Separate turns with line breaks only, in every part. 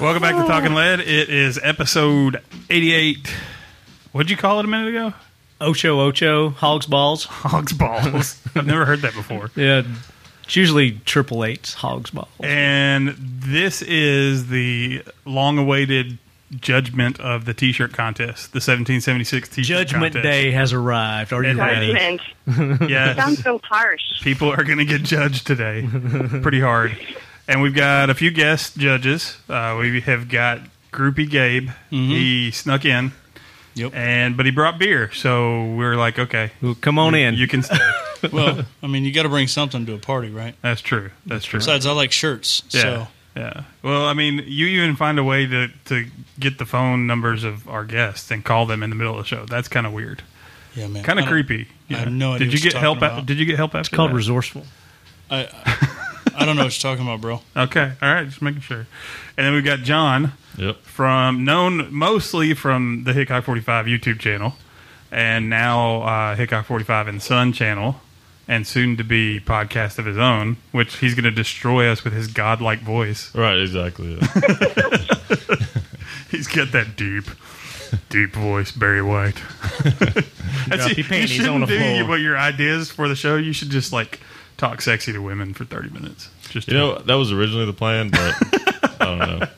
Welcome back
Oh.
to Talking Lead. It is episode 88. What'd you call it a minute ago?
Ocho Ocho, Hogs Balls.
Hogs balls. I've never heard that before.
Yeah, it's usually triple eights, Hogs Balls.
And this is the long awaited judgment of the t shirt contest, the 1776 t shirt
Judgment Day has arrived. Are you
It has.
ready?
Judgment.
Yes.
Sounds so harsh.
People are going to get judged today pretty hard. And we've got a few guest judges. Uh, we have got Groupie Gabe. He snuck in.
Yep.
And but he brought beer, so we were like, okay,
Well, come on in.
you can stay.
well, I mean, you got to bring something to a party, right?
That's true. That's true.
Besides, I like shirts.
yeah.
So
Yeah. Well, I mean, you even find a way to, to get the phone numbers of our guests and call them in the middle of the show. That's kind of weird,
yeah, man.
kind
I
of
don't-
creepy.
I have no
Did
idea
you
what you're
get help?
talking
out-
about.
Did you get help after
it's called
that?
resourceful.
I, I, I don't know what you're talking about, bro.
Okay. All right. Just making sure. And then we've got John
Yep.
from known mostly from the Hickok 45 YouTube channel and now uh, Hickok 45 and Son channel and soon to be podcast of his own, which he's going to destroy us with his godlike voice.
Right. Exactly. yeah.
He's got that deep, deep voice, Barry White. That's,
your panties on the
do
floor.
But your ideas for the show, you should just like talk sexy to women for thirty minutes. Just
you know that was originally the plan, but I don't know.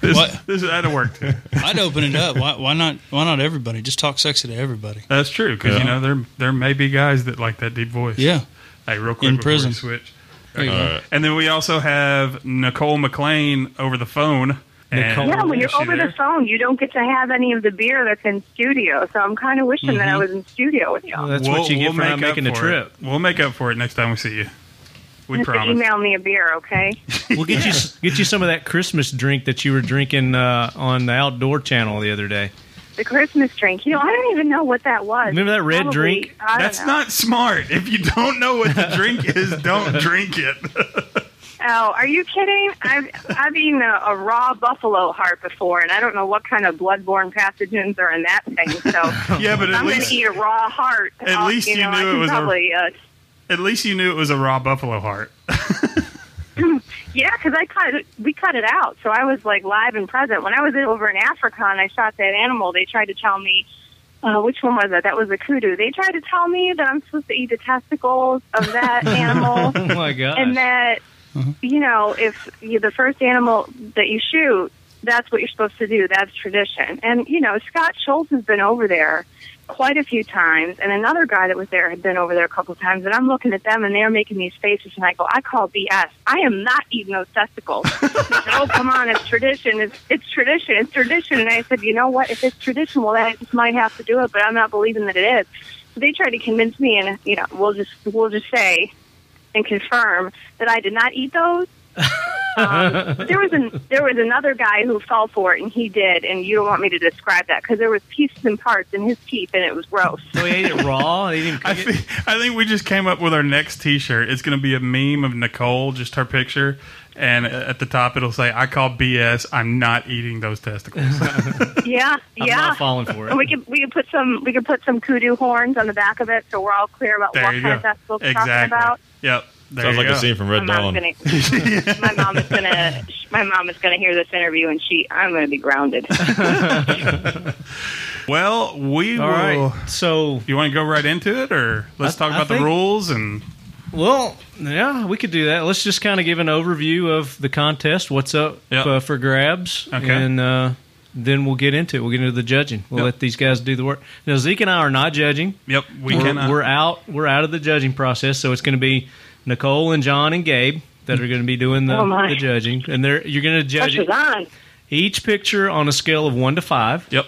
this,
what?
this that'll work too.
I'd open it up. Why, why not? Why not everybody? Just talk sexy to everybody.
That's true because you
Yeah.
know there there may be guys that like that deep voice.
Yeah.
Hey, real quick
In
before
prison.
we switch.
There you
All
go.
right.
And then we also have Nicole McLean over the phone. And-
Nicole.
Yeah, when
Is
you're
she
over
there?
the phone, you don't get to have any of the beer that's in studio. So I'm kind of wishing that
Mm-hmm.
I was in studio with y'all.
That's what you get for not
make up
making the
for
trip.
It. We'll make up for it next time we see you. We
Just
promise.
Email me a beer, okay?
We'll get you s- get you some of that Christmas drink that you were drinking uh, on the outdoor channel the other day.
The Christmas drink. You know, I don't even know what that was.
Remember that red
Probably-
drink?
I don't
That's
know.
not smart. If you don't know what the drink is, don't drink it.
Oh, are you kidding? I've I've eaten a, a raw buffalo heart before, and I don't know what kind of bloodborne pathogens are in that thing. So
Yeah, but at
I'm going to
least
eat a raw heart.
At
I'll-
least
you,
you
know,
knew
I
it
can
was a-
probably, uh,
at least you knew it was a raw buffalo heart.
Yeah, because I cut it, we cut it out, so I was like live and present. When I was over in Africa and I shot that animal, they tried to tell me uh, which one was that? That was a kudu. They tried to tell me that I'm supposed to eat the testicles of that animal,
Oh my gosh!
and that you know if you, the first animal that you shoot, that's what you're supposed to do. That's tradition. And you know, Scott Schultz has been over there quite a few times, and another guy that was there had been over there a couple of times. And I'm looking at them, and they're making these faces, and I go, I call BS. I am not eating those testicles. They said, oh come on, it's tradition. It's it's tradition. It's tradition. And I said, you know what? If it's tradition, well, I just might have to do it, but I'm not believing that it is. So they tried to convince me, and you know, we'll just we'll just say and confirm that I did not eat those. Um, there was an, there was another guy who fell for it, and he did. And you don't want me to describe that because there was pieces and parts in his teeth, and it was gross.
so Oh, he ate it raw. He didn't cook
I
it?
think, I think we just came up with our next T-shirt. It's going to be a meme of Nicole, just her picture, and at the top it'll say, "I call BS. I'm not eating those testicles."
Yeah,
I'm
yeah.
not falling for
And we
it.
could we could put some we could put some kudu horns on the back of it, so we're all clear about
There
what
you
kind
go.
of festival we're talking
Exactly.
about.
Yep. There
Sounds
you
like
go.
a scene from Red
my
Dawn.
mom's gonna my mom is gonna my mom is gonna hear this interview, and she I'm gonna be grounded.
Well, we
All
will.
right. So
You want to go right into it, or let's
I-
talk
I
about the
think-
rules and
Well, yeah, we could do that. Let's just kind of give an overview of the contest, what's up
Yep.
uh, for grabs,
Okay.
and uh, then we'll get into it. We'll get into the judging.
Yep.
We'll let these guys do the work. Now, Zeke and I are not judging.
yep, we uh,
are
cannot.
We're out. We're out of the judging process, so it's going to be Nicole and John and Gabe that are going to be doing the,
Oh, my.
the judging, and they're you're going to judge
Pressure's on.
each picture on a scale of one to five.
yep.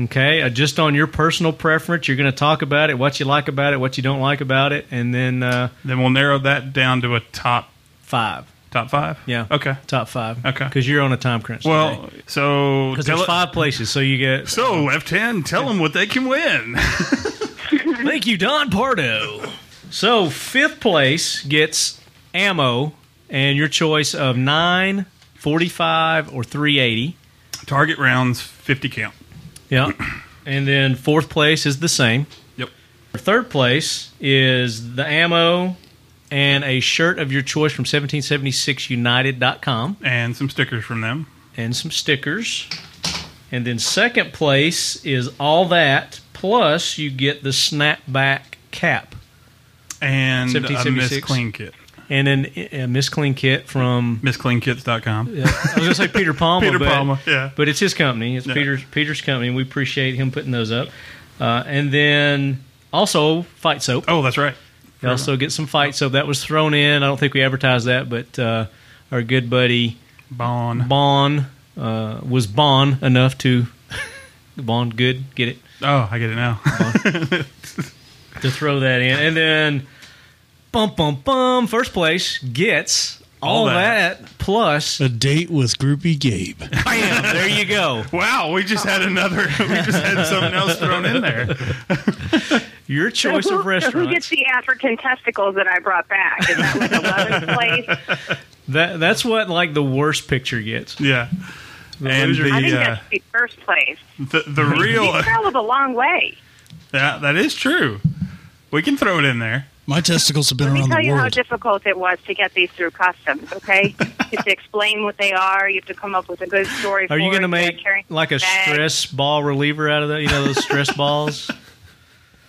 Okay, uh, just on your personal preference, you're going to talk about it, what you like about it, what you don't like about it, and then uh,
Then we'll narrow that down to a top
five.
top five.
Yeah.
Okay.
Top five.
Okay.
Because you're on a time crunch.
Well, so
because
tell
there's
it-
five places, so you get.
So left hand, tell them what they can win.
Thank you, Don Pardo. So fifth place gets ammo and your choice of nine, 45, or three eighty.
Target rounds, fifty count.
Yeah. And then fourth place is the same.
Yep.
Third place is the ammo, and a shirt of your choice from 1776united.com
and some stickers from them.
and some stickers. And then second place is all that plus you get the snapback cap
And a Miss
1776.
Clean Kit.
and then a Miss Clean kit from
MissCleanKits.com.
I was going to say Peter Palmer.
Peter
but,
Palmer, yeah.
But it's his company. It's
Yeah.
Peter's Peter's company. and We appreciate him putting those up. Uh, and then also fight soap.
Oh, that's right.
You also get some fight soap that was thrown in. I don't think we advertised that, but uh, our good buddy
Bon.
Bon uh, was Bon enough to Bon good get it
Oh, I get it now.
to throw that in. And then bum bum bum. First place gets all,
All that.
that. plus
A date with Groupie Gabe.
bam. there you go.
wow, we just had another. We just had something else thrown in there.
Your
So
choice
who,
of
so who
restaurants.
gets the African testicles that I brought back? Is that like eleventh place?
That that's what like the worst picture gets.
Yeah. and
loser-
the,
I think
uh,
that should be first place.
the the real
He traveled a long way.
yeah, that is true. We can throw it in there.
My testicles have been
Let me
around
tell
the
you how
world.
difficult it was to get these through customs. Okay, you have to explain what they are. You have to come up with a good story.
Are you
going to
make like a stress ball reliever out of that? You know those stress balls.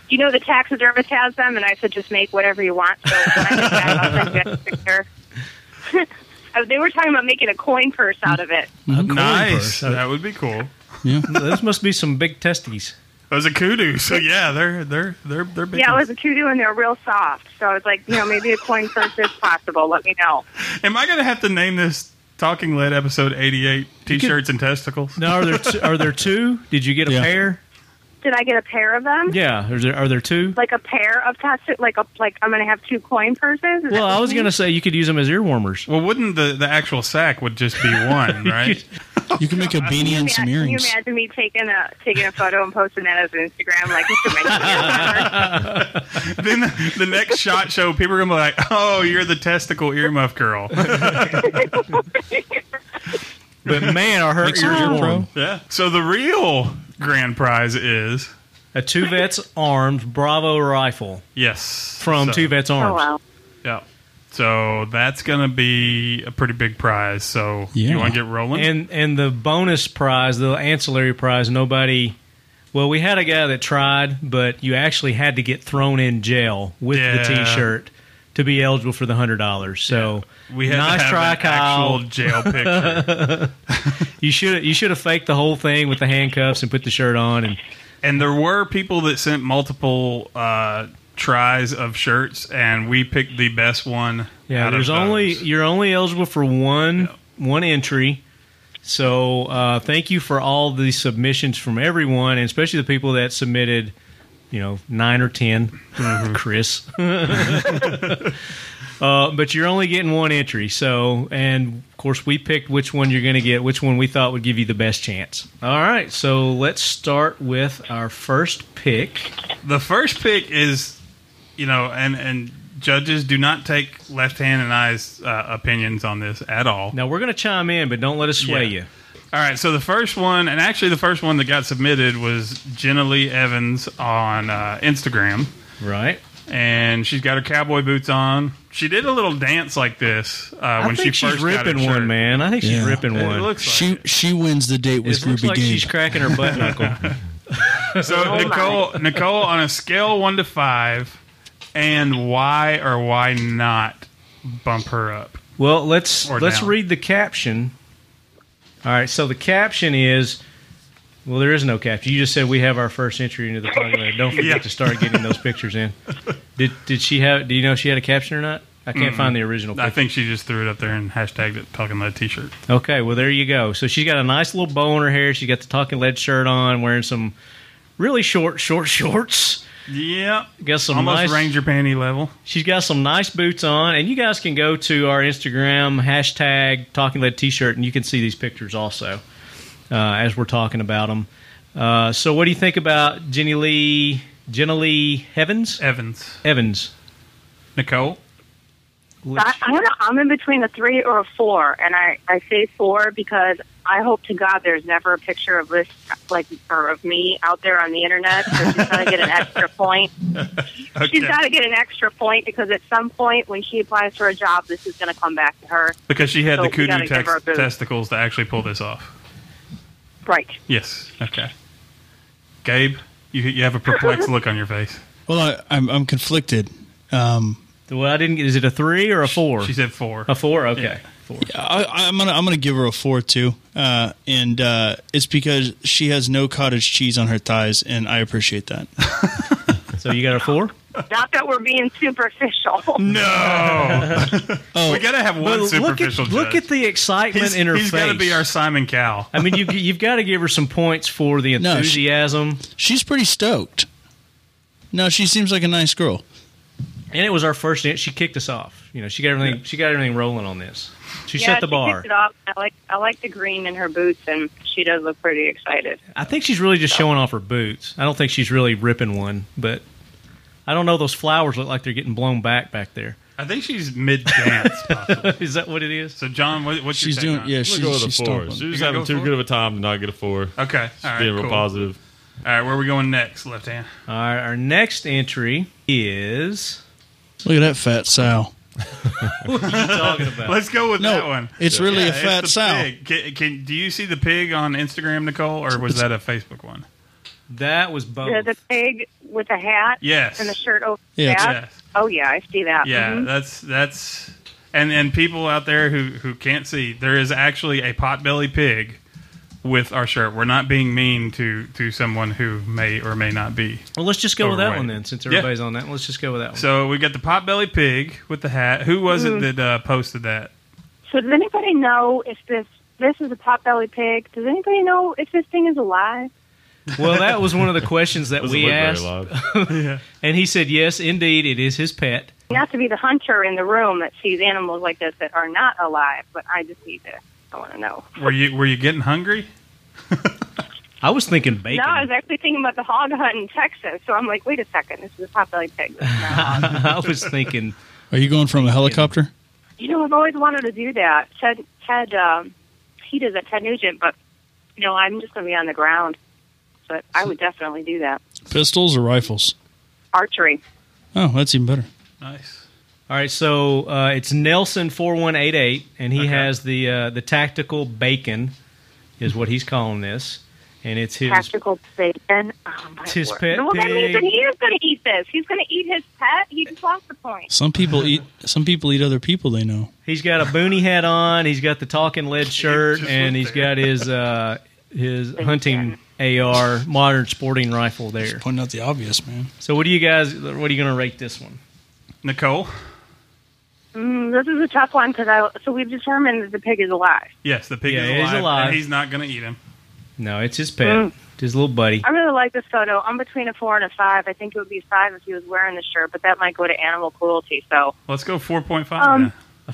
You know the taxidermist has them, and I said just make whatever you want. So when I get back, I'll send you a picture. Uh, they were talking about making a coin purse out of it.
Mhm.
Nice. That would be cool.
Yeah.
those must be some big testes.
Those are kudu. So yeah, they're they're they're they're big.
Yeah, it was a kudu, and they're real soft. So I was like, you know, maybe a coin purse is possible. Let me know.
Am I gonna have to name this Talking Lead episode eighty eight T shirts and testicles?
Now are there two, are there two? Did you get a
Yeah.
pair?
Did I get a pair of them?
Yeah. Are there are there two?
Like a pair of testicles? Like a like I'm going to have two coin purses? Is
Well,
that
I
what
was
you
gonna say you could use them as ear warmers.
Well, wouldn't the the actual sack would just be one, right?
You can make a beanie and some
Can you
earrings.
imagine me taking a taking a photo and posting that as an Instagram like this is my earmuffs?
then the, the next shot show, people are gonna be like, "Oh, you're the testicle earmuff girl."
But man, are her
Make some
ears
ear
warm.
pro.
yeah. So the real grand prize is
A two vets armed Bravo rifle
yes
from
so,
two vets
Oh
arms.
well.
Yeah. So that's gonna be a pretty big prize. So
Yeah.
you want to get rolling?
And and the bonus prize, the ancillary prize, nobody. Well, we had a guy that tried, but you actually had to get thrown in jail with
Yeah.
the T-shirt to be eligible for the hundred dollars. So
we had
nice
to have
try,
an
Kyle.
actual jail picture,
You should you should have faked the whole thing with the handcuffs and put the shirt on. And
and there were people that sent multiple uh, tries of shirts, and we picked the best one.
yeah,
out of
there's only
those.
you're only eligible for one one entry. So uh, thank you for all the submissions from everyone, and especially the people that submitted. You know, nine or 10 Chris. uh, but you're only getting one entry. So, and of course, we picked which one you're going to get, which one we thought would give you the best chance. All right. So let's start with our first pick.
the first pick is you know and and judges do not take left hand and eyes uh, opinions on this at all
Now we're going to chime in, but don't let us sway
Yeah.
you.
all right so the first one and actually the first one that got submitted was jenna lee evans on uh, instagram
Right?
and she's got her cowboy boots on she did a little dance like this uh,
I
when
think
she
she's
first got her
ripping one,
shirt.
man. I think she's
Yeah.
ripping
It
one.
looks like
She
it.
she wins the date with
It looks
Groupie
like
Gabe.
she's cracking her butt knuckle.
so nicole nicole on a scale one to five and why or why not bump her up
well, let's
Or
let's
down.
read the caption. All right, so the caption is well, there is no caption. You just said we have our first entry into the podcast. Don't forget
Yeah.
to start getting those pictures in. Did did she have? Do you know if she had a caption or not? I can't find the original.
I
Picture.
think she just threw it up there and hashtagged it talking lead t shirt.
Okay, well there you go. So she's got a nice little bow in her hair. She's got the talking lead shirt on, wearing some really short, short shorts.
Yep.
Got some
Almost
nice
Ranger panty level.
She's got some nice boots on, and you guys can go to our Instagram hashtag Talking Lead T-shirt, and you can see these pictures also uh, as we're talking about them. Uh, so, what do you think about Jenny Lee? Jenna Lee Evans?
Evans.
Evans.
Nicole?
I, I don't know. I'm in between a three or a four, and I I say four because I hope to God there's never a picture of this, like, or of me out there on the internet. So she's got to get an extra point. She's got to get an extra point because at some point when she applies for a job, this is going to come back to her.
Because she had
So
the
Oh, we gotta
kudu
give her a
tex-
boost.
testicles to actually pull this off.
Right.
Yes. Okay. Gabe, you you have a perplexed look on your face.
Well, I, I'm, I'm conflicted. Um,
Well, I didn't. get- Is it a three or a four?
She said four.
a four. Okay.
Yeah.
Four.
I, I'm gonna I'm gonna give her a four too, uh, and uh, it's because she has no cottage cheese on her thighs, and I appreciate that.
So you got a four.
Not that we're being superficial.
No.
Oh,
we gotta have one
look at
superficial
look
judge.
at the excitement
He's,
in her
he's
face.
gotta be our Simon Cowell.
I mean, you, you've got to give her some points for the
No, she-
enthusiasm.
she's pretty stoked. No, she seems like a nice girl.
and it was our first. She kicked us off. You know, she got everything. She got everything rolling on this. She
yeah,
set the
she
bar.
picked it up. I like I like the green in her boots, and she does look pretty excited.
I think she's really just showing off her boots. I don't think she's really ripping one, but I don't know. Those flowers look like they're getting blown back back there.
I think she's mid dance possibly.
Is that what it is?
So John, what, what's
She's
your
doing
take on it?
yeah.
She's
She's,
going with a
she's
four.
stoked.
She's
You
just
gonna
having
go
too
four?
good of a time to not get a four.
Okay. All right.
Being real
cool.
positive.
All right, where are we going next, left hand?
All right, our next entry is.
Look at that fat sow.
What are you talking about?
Let's go with
No,
that one.
it's really a
it's
fat
the
sow.
pig. Can, can, do you see the pig on Instagram, Nicole, or was that a Facebook one?
that was both.
There's a pig with a hat
Yes.
and a shirt over his
Yeah,
back.
Yes.
Oh yeah, I see that.
Yeah,
Mhm.
that's that's and and people out there who who can't see, there is actually a potbelly pig with our shirt. We're not being mean to to someone who may or may not be.
Well, let's just go with that
Overweight.
one then, since
Yeah.
everybody's on that. one. Let's just go with that one.
So we got the potbelly pig with the hat. Who was it that uh, posted that?
So does anybody know if this this is a potbelly pig? Does anybody know if this thing is alive?
well, that was one of the questions that
Doesn't
we
look very
asked,
live.
and he said, "Yes, indeed, it is his pet."
Not to be the hunter in the room that sees animals like this that are not alive, but I just need to. I want to know.
Were you were you getting hungry?
I was thinking bacon.
No, I was actually thinking about the hog hunt in Texas, so I'm like, wait a second, this is a potbelly pig. This is not a hog.
I was thinking
Are you going from a helicopter?
you know, I've always wanted to do that. Ted, Ted, um, he does that, Ted Nugent, but you know, I'm just going to be on the ground. But I would definitely do that.
Pistols or rifles?
Archery.
Oh, that's even better.
Nice.
All right, so uh, it's Nelson four one eight eight, and he
Okay.
has the uh, the tactical bacon, is what he's calling this, and it's his.
Tactical bacon. Oh, my
It's his
word.
pet
Well, that means that
pig.
he is going to eat this. He's going to eat his pet. He just lost the point.
Some people eat. Some people eat other people they know.
He's got a boonie hat on. He's got the talking lead shirt,
just
and
went
he's
there.
got his uh, his hunting AR modern sporting rifle there.
Pointing out the obvious, man.
So, what do you guys? What are you going to rate this one?
Nicole?
Mm, this is a tough one because I. So we've determined that the pig is alive.
Yes, the pig
Yeah,
is
he's
alive,
alive.
and he's not going to eat him.
No, it's his pet,
Mm.
his little buddy.
I really like this photo. I'm between a four and a five. I think it would be a five if he was wearing the shirt, but that might go to animal cruelty. So
Let's go 4.5
Um,
then.
I'm,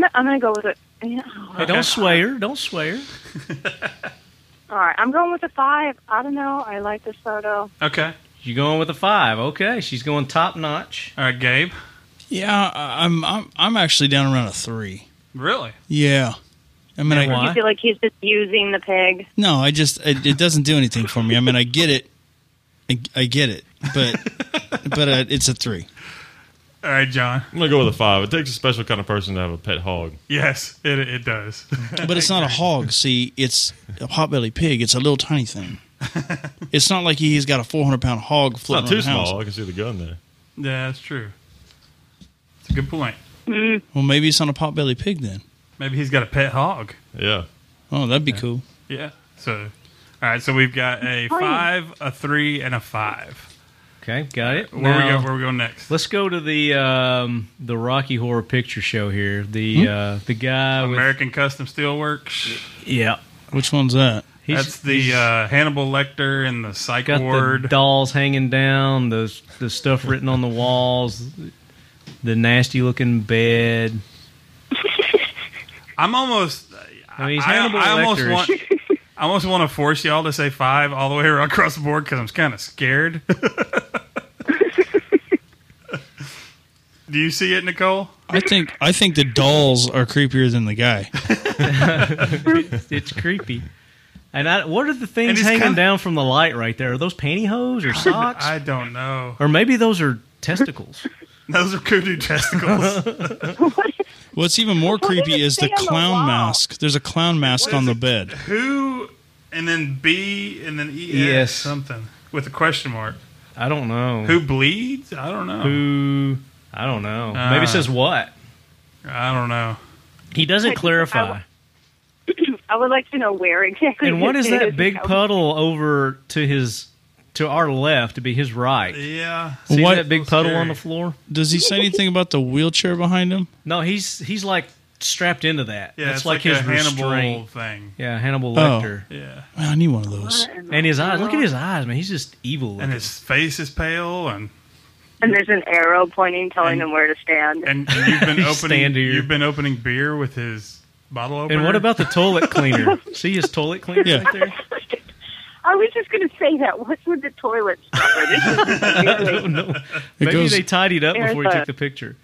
gonna- I'm going to go with it. Yeah.
Hey, don't sway her. Don't sway her.
All right, I'm going with a five. I don't know. I like this photo.
Okay.
You're going with a five. Okay, she's going top notch.
All right, Gabe.
Yeah, I- I'm. I'm. I'm actually down around a three.
Really?
Yeah. I mean, I,
Why?
I feel like he's just using the pig.
no, I just it, it doesn't do anything for me. I mean, I get it, I, I get it, but but uh, it's a three.
All right, John.
I'm gonna go with a five. It takes a special kind of person to have a pet hog.
Yes, it, it does.
But it's not a hog. See, it's a potbelly pig. It's a little tiny thing. It's not like he's got a 400 pound hog
It's not
floating
too
around the house.
small. I can see the gun there.
yeah, that's true. It's a good point.
Well, maybe it's not a potbelly pig then.
Maybe he's got a pet hog.
Yeah.
Oh, that'd be cool.
Yeah. So, all right. So we've got a five, a three, and a five.
Okay, got it.
Where
Now-
we go? Where we going next?
Let's go to the um, the Rocky Horror Picture Show here. The uh, the guy with
American Custom Steelworks.
yeah,
Which one's that?
he's,
That's the
he's
uh, Hannibal Lecter and the Psych
got the
Ward.
dolls hanging down, the the stuff written on the walls, the nasty looking bed.
I'm almost.
I mean, he's
I,
Hannibal
I almost
Lecter.
want. I almost want to force y'all to say five all the way around across the board because I'm kind of scared. Do you see it, Nicole?
I think I think the dolls are creepier than the guy.
it's creepy. And I, what are the
And
things
it's
hanging
kinda-
down from the light right there? Are those pantyhose or socks?
I don't know.
or maybe those are testicles.
Those are kudu testicles.
What is-
What's even more
Well, they
creepy is the
stay on the
clown
wall.
mask. There's a clown mask
What
on
is
the
it?
bed.
Who and then B and then E
Yes.
yes. something with a question mark.
I don't know.
Who bleeds? I don't know.
Who- I don't know. maybe it
Ah.
says what?
I don't know.
He doesn't clarify.
I would like to know where exactly.
And what
this
is that
is.
big
That would-
puddle over to his to our left to be his right?
Yeah.
See
What-
that big
So
puddle on
scary.
the floor?
Does he say anything about the wheelchair behind him?
No, he's he's like strapped into that.
Yeah,
That's
it's
like,
like, a
his
Hannibal
restraint.
thing.
Yeah, Hannibal
Oh.
Lecter.
Yeah.
Man, I need one of those.
And his eyes. Look at his eyes, man. He's just evil.
And
looking.
his face is pale and
And there's an arrow pointing, telling him where to stand.
and, and you've been
He's
opening
stand here.
you've been opening beer with his bottle opener.
And what about the toilet cleaner? See his toilet cleaner
Yeah.
right there?
I was just going to say that. What's with the toilet stopper? This is
I
amazing.
don't know. Maybe
goes-
they tidied up before he
There's a-
took the picture.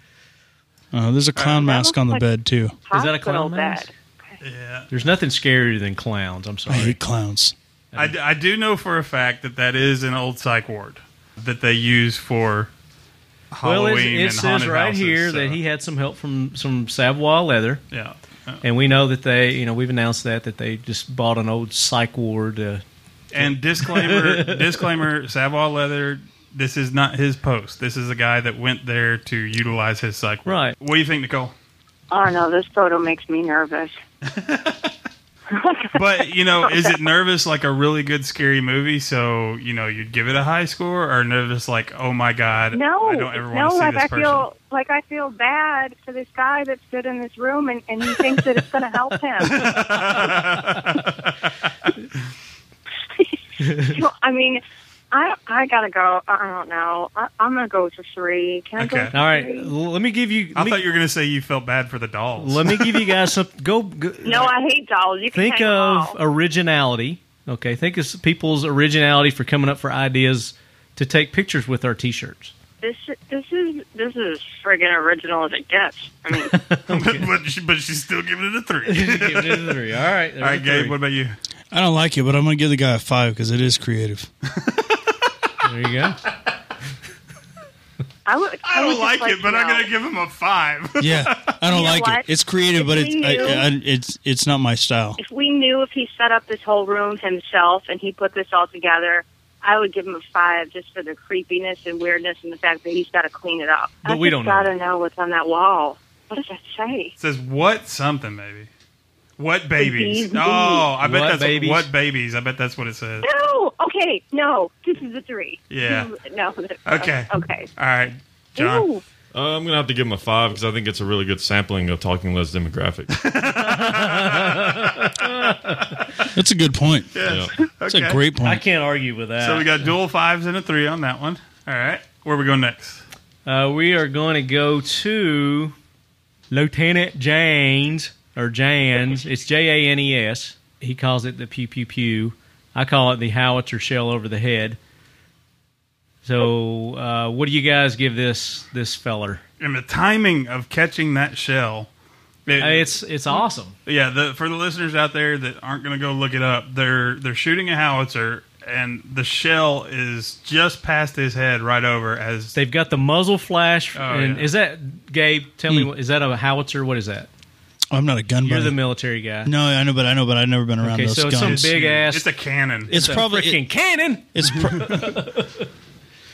Uh, there's a clown
that
mask
looks
on the
like-
bed too.
Is that a
Hospital
clown mask?
bed.
Yeah.
There's nothing scarier than clowns. I'm
I
sorry.
hate clowns.
I, d- I do know for a fact that that is an old psych ward that they use for
Well,
Halloween
it, it
and
says
haunted
right
houses,
here
so-
that he had some help from some Savoy leather.
yeah. Yeah.
And we know that they, you know, we've announced that that they just bought an old psych ward. Uh,
And disclaimer, disclaimer, Savoy Leather. This is not his post. This is a guy that went there to utilize his psych. ward.
Right.
What do you think, Nicole?
Oh no, this photo makes me nervous.
But you know, is it nervous like a really good scary movie? So you know, you'd give it a high score, or nervous like, oh my god,
No,
I don't ever
no,
want to see
like
this
I
person.
feel like I feel bad for this guy that stood in this room and, and he thinks that it's going to help him. So, I mean, I I gotta go. I don't know. I, I'm gonna go to three. Can I go?
Okay.
to
all right,
three?
l- let me give you.
I
Let me,
thought you were going to say you felt bad for the dolls.
let me give you guys some. Go. go
No, I hate dolls. You can
think
hang 'em
of uh,
all.
originality. Okay, think of people's originality for coming up for ideas to take pictures with our T-shirts.
this. This is this is friggin' original as it gets. I mean,
but, but, she, but she's still giving it a
Give
three.
it a three. All right,
All right, Gabe, what about you?
I don't like it, but I'm gonna give the guy a five because it is creative.
there you go.
I would.
I don't
would just
like it, but
to
I'm
know.
going to give him a five.
Yeah, I don't
You know
like
what?
it. It's creative, but it's
It's
I, I, it's it's not my style.
if we knew if he set up this whole room himself and he put this all together, I would give him a five just for the creepiness and weirdness and the fact that he's got to clean it up.
But
I
we
just
don't know.
gotta know. what's on that wall. What does that say?
It says what something maybe. What babies?
Babies.
Oh, I bet
What
that's
babies?
what babies. I bet that's what it says.
No. Okay. No. This is a three.
Yeah.
This is- No.
Okay.
Okay.
All right, John.
Ew.
Uh, I'm gonna have to give him a five because I think it's a really good sampling of Talking Les demographic.
That's a good point.
Yeah.
That's
Okay.
a great
I
point.
can't argue with that.
So we got dual fives and a three on that one. All right, where are we going next?
Uh, we are going to go to Lieutenant Janes or Jans. It's J A N E S. He calls it the pew pew pew. I call it the howitzer shell over the head. So, uh, what do you guys give this this feller?
And the timing of catching that shell. it-
Uh, It's it's awesome.
yeah, the, for the listeners out there that aren't going to go look it up, they're they're shooting a howitzer, and the shell is just past his head, right over as
They've got the muzzle flash.
Oh,
and
yeah.
Is that Gabe? Tell
Hmm.
me, is that a howitzer? What is that?
I'm not a gun
You're the
buddy.
military guy.
No, I know, but I know, but I've never been around
Okay,
those
so it's some
guns.
big ass.
It's a cannon.
it's
a
probably
freaking
it-
cannon.
it's. Pro-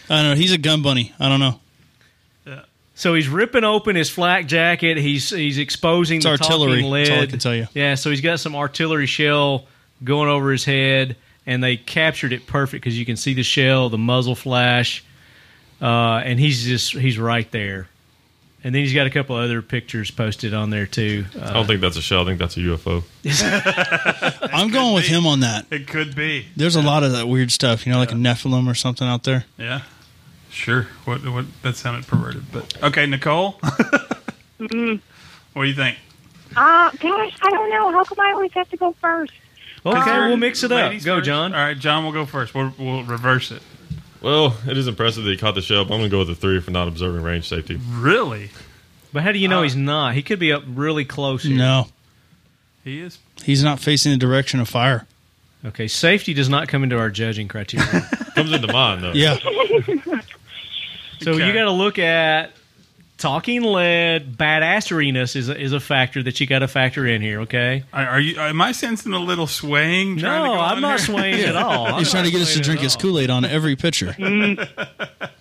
I don't know. He's a gun bunny. I don't know.
So he's ripping open his flak jacket. He's he's exposing
It's
the
artillery.
talking lead.
That's all I can tell you.
Yeah, so he's got some artillery shell going over his head, and they captured it perfect because you can see the shell, the muzzle flash, uh, and he's just he's right there. And then he's got a couple other pictures posted on there too.
I
Uh,
don't think that's a shell. I think that's a UFO.
I'm going with him on that.
it could be.
There's a lot of that weird stuff, you know, like a Nephilim or something out there.
Yeah. Sure. What what that sounded perverted, but okay, Nicole. Mm-hmm. What do you think?
Uh, gosh, I don't know. How come I always have to go first?
okay, we'll mix it up.
Ladies
Go,
first?
John.
All right, John will go first. We'll, we'll reverse it.
Well, it is impressive that he caught the shell, but I'm gonna go with a three for not observing range safety.
Really? Uh,
But how do you know he's not? He could be up really close. Here.
No.
He is.
He's not facing the direction of fire.
Okay, safety does not come into our judging criteria.
Comes into mind though.
Yeah.
so
Okay.
you got to look at talking lead, badasseriness is a, is a factor that you got to factor in here. Okay.
Are, are you? Am I sensing a little swaying?
No,
trying to go
I'm
on
not
here?
swaying at all. I'm
He's trying to
not
get us to
swaying
drink
at
his
all.
Kool Aid on every picture.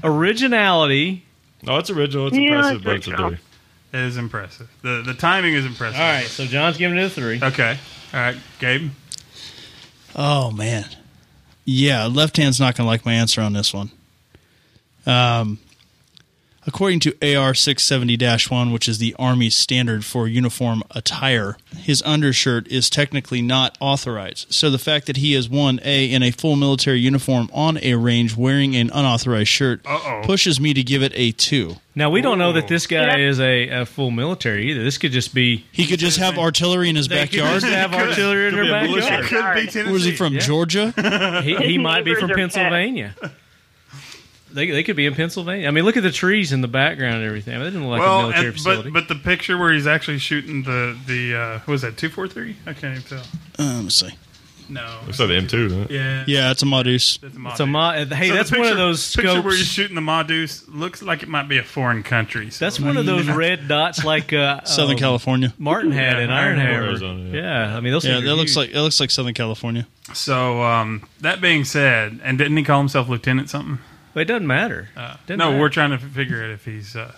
Originality.
Oh, it's original. It's
Yeah,
impressive,
it's
but it's a
original.
three.
It is impressive. The the timing is impressive.
All right, so John's giving it a three.
Okay. All right, Gabe.
Oh man, yeah. Left hand's not gonna like my answer on this one. Um, according to AR six seventy one, which is the Army's standard for uniform attire, his undershirt is technically not authorized. So the fact that he is one a in a full military uniform on a range wearing an unauthorized shirt
Uh-oh.
pushes me to give it a two.
Now we don't know
Ooh.
that this guy
Yeah.
is a, a full military either. This could just be
He could just have artillery in his
they could
backyard.
just have
Could-
artillery in
could
their
be a militia.
It
backyard.
could
Sorry.
be Tennessee.
Where's he from?
Yeah.
Georgia? Uh,
He, he might be
neighbors
from
are pets.
Pennsylvania. They, they could be in Pennsylvania. I mean, look at the trees in the background and everything. They didn't look like a
Well,
military
and-
facility.
but but the picture where he's actually shooting the the uh, what was that two four three? I can't even tell.
Uh, let me see.
No.
Looks like the M2, doesn't it?
Yeah.
Yeah, it's a Modus.
That's a mod.
it's a mo-
So
hey,
the
that's one
picture-
of those
Picture where he's
scopes.
shooting the Modus looks like it might be a foreign country. So
That's one of those red dots like uh,
Southern
um,
California.
Martin had
Yeah, Iron
in Iron
Hammer.
Hammer.
Arizona,
Yeah. I mean, those
Yeah,
things are
that looks
huge.
like it looks like Southern California.
So um, that being said, and didn't he call himself Lieutenant something? Uh,
But it doesn't matter. Doesn't
no,
matter.
we're trying to figure out if he's uh,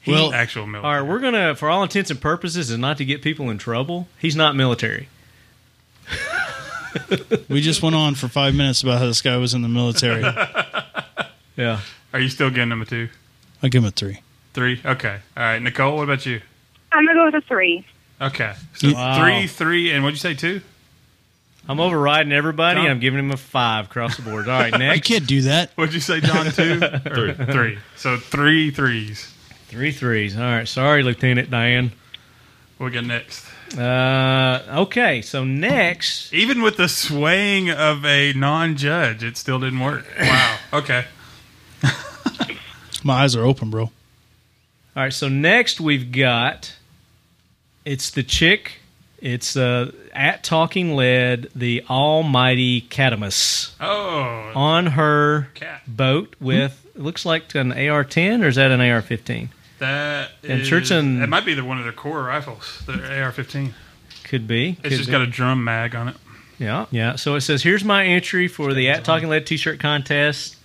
he
Well-
actual
All
military.
right, we're gonna, for all intents and purposes, and not to get people in trouble, he's not military.
We just went on for five minutes about how this guy was in the military. I'll
Yeah.
Are you still getting him a two,
give him a three.
three? Okay. All right, Nicole. What about you?
I'm gonna go with a three.
Okay. So
Wow.
three, three, and what'd you say? Two.
I'm overriding everybody.
John?
I'm giving him a five across the board. All right,
You
next
can't do that.
What'd you say, John? Two, or
Three.
three. So three threes.
three threes. All right, sorry, Lieutenant Diane.
We'll get next.
Uh, okay, so next,
Even with the swaying of a non-judge, it still didn't work. Wow. Okay.
My eyes are open, bro.
all right, so next we've got it's the chick. It's uh, at Talking Lead, the Almighty Catamus
Oh,
on her
cat.
boat with it looks like an AR-10 or is that an AR-15?
That
And
is-
Churchin-
That might be the one of their core rifles, their AR-15.
Could be.
It's
could
just
be.
got a drum mag on it.
Yeah, yeah. So it says, "Here's my entry for the at Talking Lead T-shirt contest,"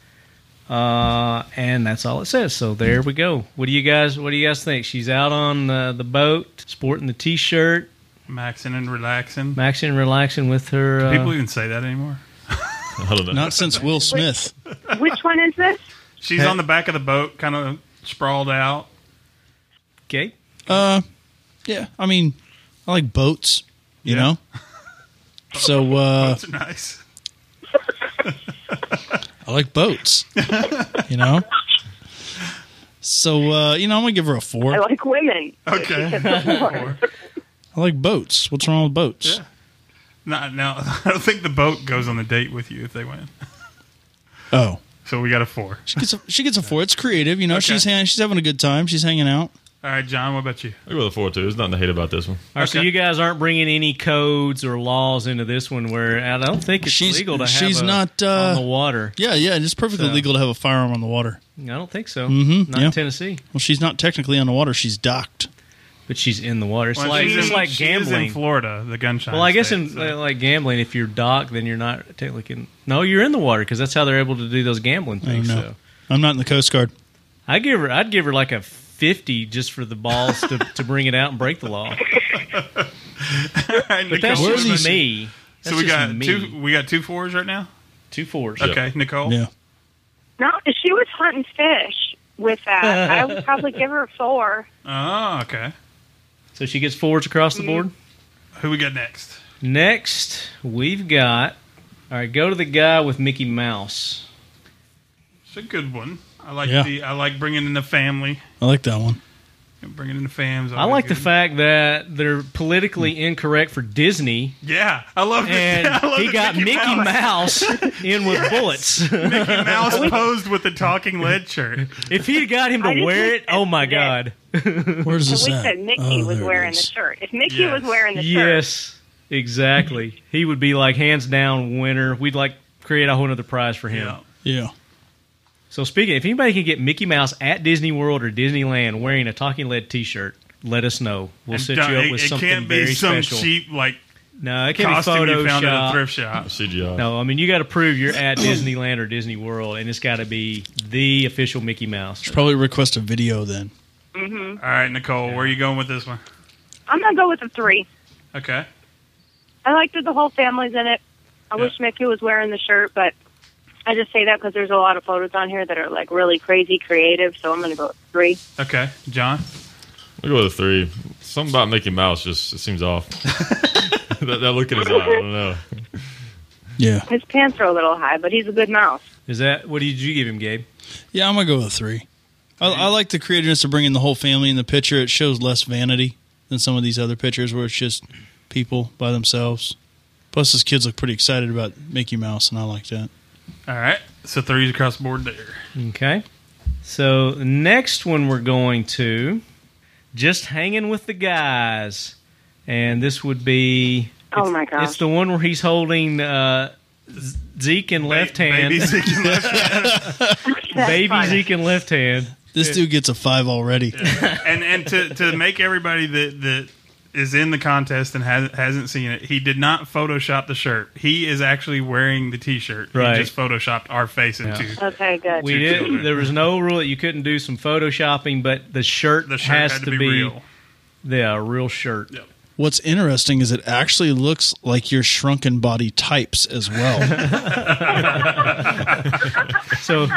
uh, and that's all it says. So there we go. What do you guys? What do you guys think? She's out on uh, the boat, sporting the T-shirt,
Maxing and relaxing.
maxing and relaxing with her. Uh,
People even say that anymore.
I don't know.
Not since Will Smith.
Which one is this?
She's
Hey.
on the back of the boat, kind of sprawled out.
okay,
Uh, yeah. I mean, I like boats. You
Yeah.
know. So uh,
That's nice.
I like boats. You know. So uh, you know, I'm gonna give her a four.
I like women.
Okay.
I like boats. What's wrong with boats?
Yeah. Not now. I don't think the boat goes on the date with you if they win.
Oh,
So we got a four.
she gets a, she gets a four. It's creative. You know, she's hang, she's having a good time. She's hanging out.
All right, John. What about you?
I go with a four too. There's nothing to hate about this one.
all right. So
Okay.
you guys aren't bringing any codes or laws into this one, where I don't think it's
She's-
legal to have.
she's
a-
not,
on
uh,
the water.
Yeah, yeah. It's perfectly
So-
legal to have a firearm on the water.
I don't think so.
Mhm,
Not
yeah.
in Tennessee,
Well, she's not technically on the water. She's docked.
but she's in the water. It's
Well,
like
she's
it's
in-
like
she is
gambling.
in Florida, the gunshot.
Well, I guess in uh, like gambling, if you're docked, then you're not technically. in- No, you're in the water because that's how they're able to do those gambling things.
no.
So
I'm not in the Coast Guard.
I give her, I'd give her like a fifty just for the balls to, to bring it out and break the law. But that's
Where's
just
he-
me.
So
That's
we
just
got
me.
two. We got two fours right now.
two fours.
Okay,
Oh.
Nicole.
Yeah.
No, if she was hunting fish with that, I would probably give her a four.
Oh, okay.
So she gets fours across the board.
Who we got next?
Next, we've got. All right, go to the guy with Mickey Mouse.
It's a good one. I like
Yeah.
the. I like bringing in the family.
I like that one.
And bringing in the fams.
I like the
Good.
fact that they're politically incorrect for Disney,
Yeah, I love it.
and
I love
he
that
got Mickey, Mouse. in with bullets.
Mickey Mouse posed with the talking lead shirt.
if he had got him
I
to
just
wear
wish
it, oh my
that-
god!
Where's
I
this
wish
at?
that Mickey
Oh,
was
there it
wearing the
is.
shirt. If Mickey
Yes.
was wearing the shirt,
Yes, exactly. he would be like hands down winner. We'd like create a whole other prize for him.
Yeah.
Yeah.
So speaking, if anybody can get Mickey Mouse at Disney World or Disneyland wearing a talking lead T-shirt, let us know. We'll
And
set
don't-
you up
it,
with
it
something
can't
very
be some
special.
cheap like
no, it can't be
costume you found at a
Photoshop.
thrift shop.
CGI.
No, I mean you got to prove you're at Disneyland or Disney World, and it's got to be the official Mickey Mouse.
Probably request a video then.
All right, Nicole, where are you going with this one?
I'm gonna go with the three.
Okay.
I liked that the whole family's in it. I
Yeah.
wish Mickey was wearing the shirt, but I just say that because there's a lot of photos on here that are like really crazy creative. So I'm gonna go with three.
Okay. John?
We'll go with a three. Something about Mickey Mouse just it seems off. that, that look in his eye, I don't know.
Yeah.
His pants are a little high, but he's a good mouse.
Is that what did you give him, Gabe?
Yeah, I'm gonna go with three. I, I like the creativeness of bringing the whole family in the picture. It shows less vanity than some of these other pictures where it's just people by themselves. Plus, his kids look pretty excited about Mickey Mouse, and I like that.
All right. So threes across the board there.
Okay. So the next one we're going to just hanging with the guys, and this would be
Oh my
it's
gosh!
the one where he's holding uh, Z- Zeke in left hand,
Baby
baby,
Zeke in left hand.
That's fine.
Zeke in left hand.
This dude gets a five already.
and and to, to make everybody that that is in the contest and has, hasn't seen it, he did not Photoshop the shirt. He is actually wearing the T-shirt.
Right.
He just Photoshopped our face into.
Okay, good.
We did. There was no rule that you couldn't do some photoshopping, but the shirt,
The shirt
has
had to,
to
be, real.
yeah, a real shirt.
Yep.
What's interesting is it actually looks like your shrunken body types as well.
So,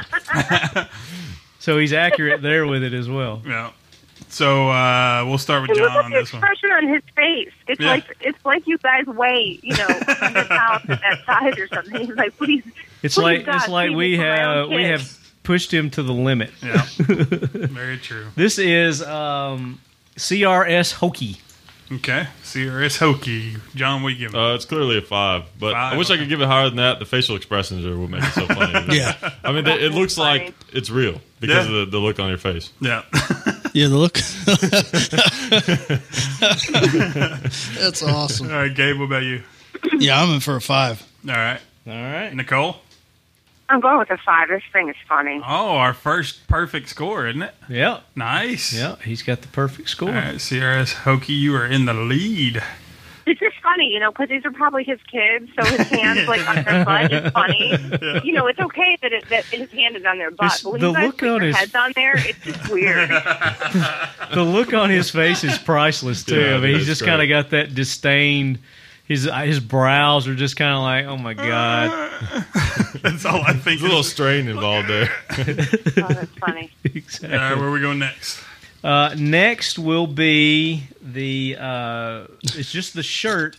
so he's accurate there with it as well.
Yeah. So uh, we'll start with
And look
John
at
on
the
this one.
expression on his face. It's
Yeah.
like it's like you guys weigh, you know, in this house at that size or something. He's like, please.
It's
please
like
God,
it's like
save
we
me from my
have
own
we
kids.
have pushed him to the limit.
Yeah. Very true.
This is um, CRS Hokey.
Okay. CRS Hokey. John, what you give him?
Uh, it's clearly a five, but
Five,
I wish I could give it higher than that. The facial expressions are what make it so funny.
yeah,
I mean, they, it looks like it's real because
Yeah.
of the, the look on your face.
yeah.
yeah. The look. That's awesome.
All right, Gabe, what about you?
Yeah, I'm in for a five.
All right.
All right.
Nicole?
I'm going with a five. This thing is funny.
Oh, our first perfect score, isn't it?
Yeah.
Nice.
Yeah. He's got the perfect score.
All right, CRS Hokey, you are in the lead.
It's just funny, you know, because these are probably his kids, so his hands like on their butt is funny. You know, it's okay that it, that his hand is on their butt,
It's-
but when
the
you guys
look
put
on
your
his-
heads on there, it's just weird.
The look on his face is priceless too.
Yeah,
I mean,
it
he's
is
just kind of
great.
got that disdain. His his brows are just kind of like, oh my god,
That's all I think.
There's a little strain involved there.
oh, that's funny.
All right,
exactly.
where are we going next?
Uh, next will be the uh, it's just the shirt,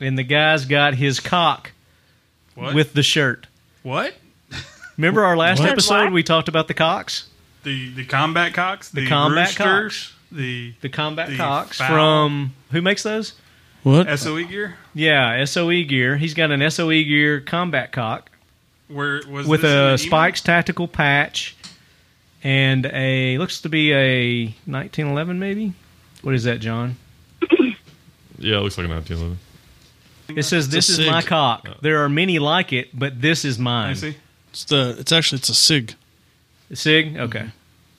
and the guy's got his cock
What?
with the shirt.
what?
Remember our last
What?
episode?
What?
We talked about the cocks,
The the combat cocks, the,
combat
roosters, the
the combat
The
cocks
foul.
from who makes those?
What?
SOE E gear.
Yeah, SOE gear. He's got an SOE gear combat cock.
Where was
with
this E in the
a
email?
Spikes tactical patch and a looks to be a 1911 maybe. What is that, John?
Yeah, it looks like a 1911.
It says this
a
is my
Sig.
cock. There are many like it, but this is
Oh. I
mine.
see.
It's the. It's actually it's a sig.
Sig, okay.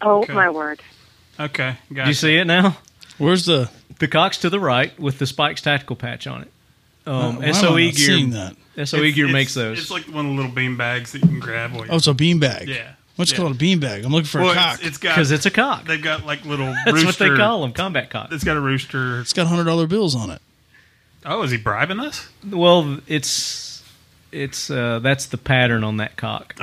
Oh
Okay.
my word!
Okay,
Do you
Mm-hmm. gotcha.
see it now?
Where's the?
The cock's to the right with the Spikes tactical patch on it. Um,
Oh, why am I
SOE
E
not
gear.
Seeing that.
SOE
It's-
E gear
it's-
makes those.
It's like one of the little bean bags that you can grab. While
Oh,
you're,
it's a beanbag.
yeah.
What's
yeah.
called a beanbag? I'm looking for
Well,
a
it's-
cock.
it's
It's,
got
because it's a cock.
they've got like little.
That's what
rooster,
they call them, combat cock.
It's got a rooster.
got hundred dollar bills on it.
Oh, is he bribing us?
Well, it's it's uh, that's the pattern on that cock.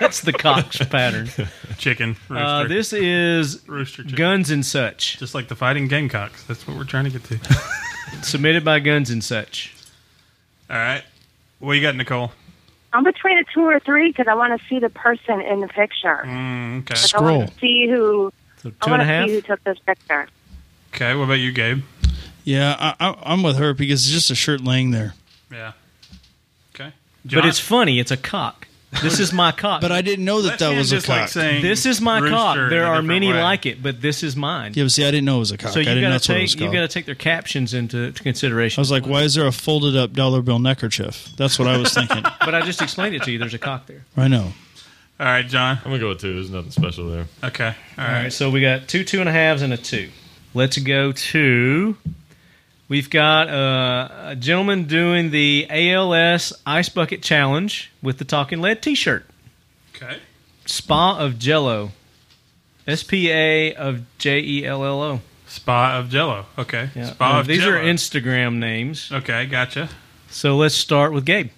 that's the cock's pattern.
Chicken. Rooster.
Uh, this is
rooster chicken.
Guns and Such,
Just like the fighting gamecocks. That's what we're trying to get to.
submitted by Guns and Such.
All right. What you got, Nicole?
I'm between a two or a three because I want to see the person in the picture.
Mm, okay.
Like, I want
Scroll.
to see who
So
I
two and
want
a
to
half.
see who took this picture.
Okay, what about you, Gabe?
Yeah, I, I, I'm with her because it's just a shirt laying there.
Yeah. Okay.
But it's funny. It's a cock. This is my cock.
But I didn't know that that was a
just like
cock.
saying
this is my
rooster
cock.
in a
There are
different
many
way.
like it, but this is mine.
yeah, but see, I didn't know it was a cock.
so
I
you've
didn't know
got to
that's what it was
take you've
called.
got to take their captions into to
I
consideration.
was like, why is there a folded up dollar bill neckerchief? That's what I was thinking.
but I just explained it to you. There's a cock there.
I know.
All right, John.
I'm gonna go with two. There's nothing special there.
Okay. All
All
right.
right, so we got two two and a halves and a two. Let's go to. We've got uh, a gentleman doing the ALS Ice Bucket Challenge with the Talking Lead T-shirt.
Okay.
Spa of Jello. S P A of J E L L O.
Spa of Jello. Okay.
Yeah.
Spa
Uh,
of
these
Jello.
are Instagram names.
Okay, gotcha.
So let's start with Gabe.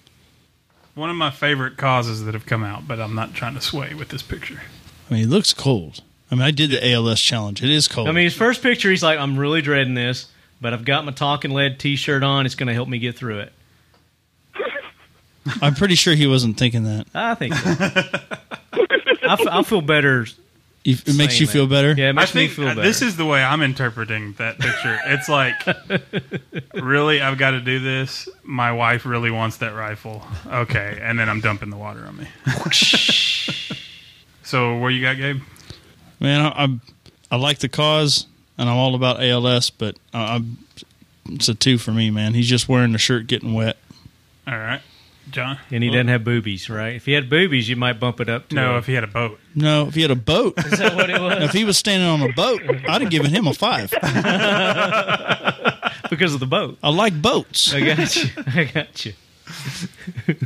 One of my favorite causes that have come out, but I'm not trying to sway with this picture.
I mean, it looks cold. I mean, I did the ALS challenge. It is cold.
I mean, his first picture, he's like, I'm really dreading this, but I've got my Talking Lead t shirt on. It's going to help me get through it.
I'm pretty sure he wasn't thinking that.
I think so. I, f- I feel better.
If It makes
saying
you
that.
feel better.
Yeah, it
I
makes
think
me feel
uh,
better.
this is the way I'm interpreting that picture. It's like, really, I've got to do this. My wife really wants that rifle. Okay, and then I'm dumping the water on me. so where you got, Gabe?
man, I, I I like the cause, and I'm all about ALS, but I, I'm, it's a two for me, man. He's just wearing the shirt, getting wet.
All right, John.
and he doesn't have boobies, right? If he had boobies, you might bump it up. To
No,
a-
if he had a boat.
No, if he had a boat,
is that what it
if
was?
he was standing on a boat, I'd have given him a five.
because of the boat.
I like boats.
I got you. I got you.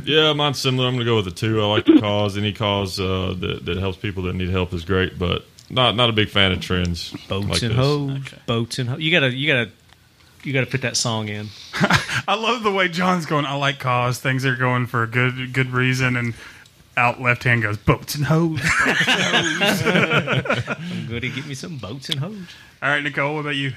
Yeah, mine's similar. I'm gonna go with a two. I like the cause. Any cause uh, that that helps people that need help is great, but not not a big fan of trends.
Boats
like
and
this.
hoes. Boats and hoes. You gotta. You gotta. You gotta put that song in.
I love the way John's going. I like cause things are going for a good good reason, and out left hand goes boats and hoes.
I'm gonna get me some boats and hoes.
All right, Nicole, what about you?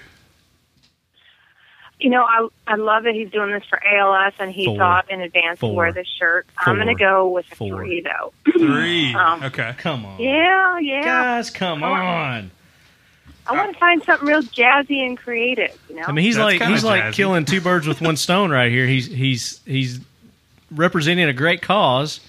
You know, I I love that he's doing this for ALS, and he
Four.
thought in advance
Four.
to wear this shirt.
Four.
I'm going to go with a
Four.
three, though.
Three.
Um,
okay.
Come on,
Yeah, yeah.
guys, come
Come on.
on.
I want to find something real jazzy and creative. You know,
I mean, he's
That's
like
kinda
he's like
jazzy.
killing two birds with one stone right here. He's he's he's representing a great cause,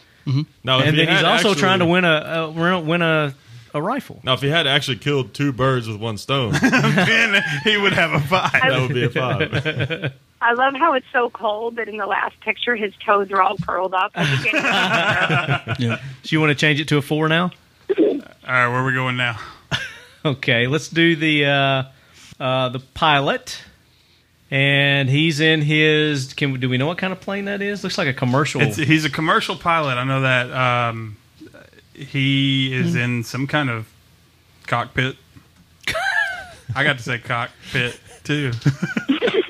Now, if
and
he
then he's
had
also
actually-
trying to win a, a win a a rifle.
Now, if he had actually killed two birds with one stone,
then he would have a five.
that would be a five.
I love how it's so cold that in the last picture his toes are all curled up. Like, he can't-
Yeah.
So you want to change it to a four now?
All right, where are we going now?
Okay, let's do the uh, uh, the pilot, and he's in his. Can we, do we know what kind of plane that is? Looks like a commercial.
It's, he's a commercial pilot. I know that um, he is
Hmm.
in some kind of cockpit. I got to say cockpit too.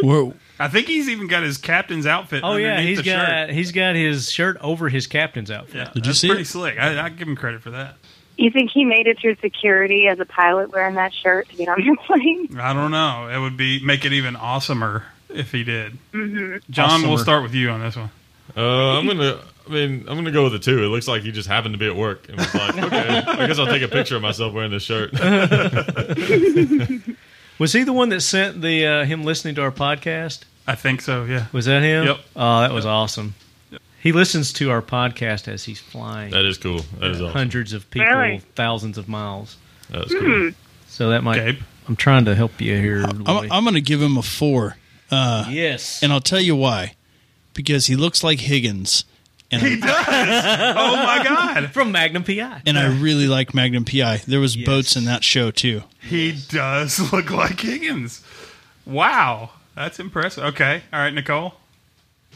We're,
I think he's even got his captain's outfit.
oh yeah,
underneath
he's
the
got
shirt.
he's got his shirt over his captain's outfit.
Yeah,
you
that's
see
pretty
it?
slick. I, I give him credit for that.
you think he made it through security as a pilot wearing that shirt to get on your plane?
I don't know. It would be make it even awesomer if he did. John, we'll
Awesomer.
start with you on this one.
Uh, I'm gonna. I mean, I'm gonna go with a two. It looks like he just happened to be at work and was like, "Okay, I guess I'll take a picture of myself wearing this shirt."
Was he the one that sent the uh, him listening to our podcast?
I think so. Yeah.
Was that him?
Yep.
Oh, that was awesome. He listens to our podcast as he's flying.
That is cool. That is awesome.
Hundreds of people,
Really?
thousands of miles.
That's cool.
So that might.
Gabe.
I'm trying to help you here. Lloyd.
I'm, I'm going to give him a four,
yes.
and I'll tell you why. Because he looks like Higgins, and I,
Oh my God,
from Magnum PI.
and I really like Magnum PI. There was
Yes.
boats in that show too.
he does look like Higgins. Wow, that's impressive. Okay, all right, Nicole.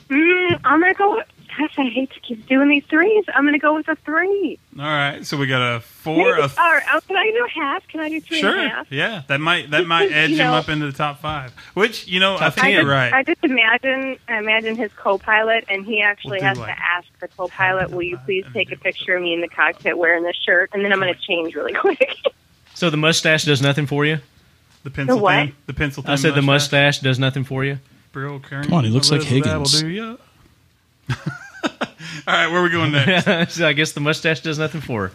Mm, I'm going to go. With, gosh, I hate to keep doing these threes. I'm going to go with a three.
All right, so we got a four, a
Maybe- all right, oh, can I do a half? Can I do three and a
sure,
half?
yeah. That might that might
You
edge him
know.
up into the top five. Which you know, I
Top
think
ten.
you're
I
right.
just imagine I imagine his co-pilot, and he
We'll
actually
do
has
like-
to ask the co-pilot, "Will you please take a picture of me in the cockpit wearing this shirt?" And then I'm going to change really quick.
So the mustache does nothing for you.
The pencil
what?
thin, the pencil.
I
thin
said the mustache does nothing for you.
Brill Kern-
Come on, he looks like
Elizabeth, that'll
Higgins.
do ya. all right, where are we going next?
so I guess the mustache does nothing for her.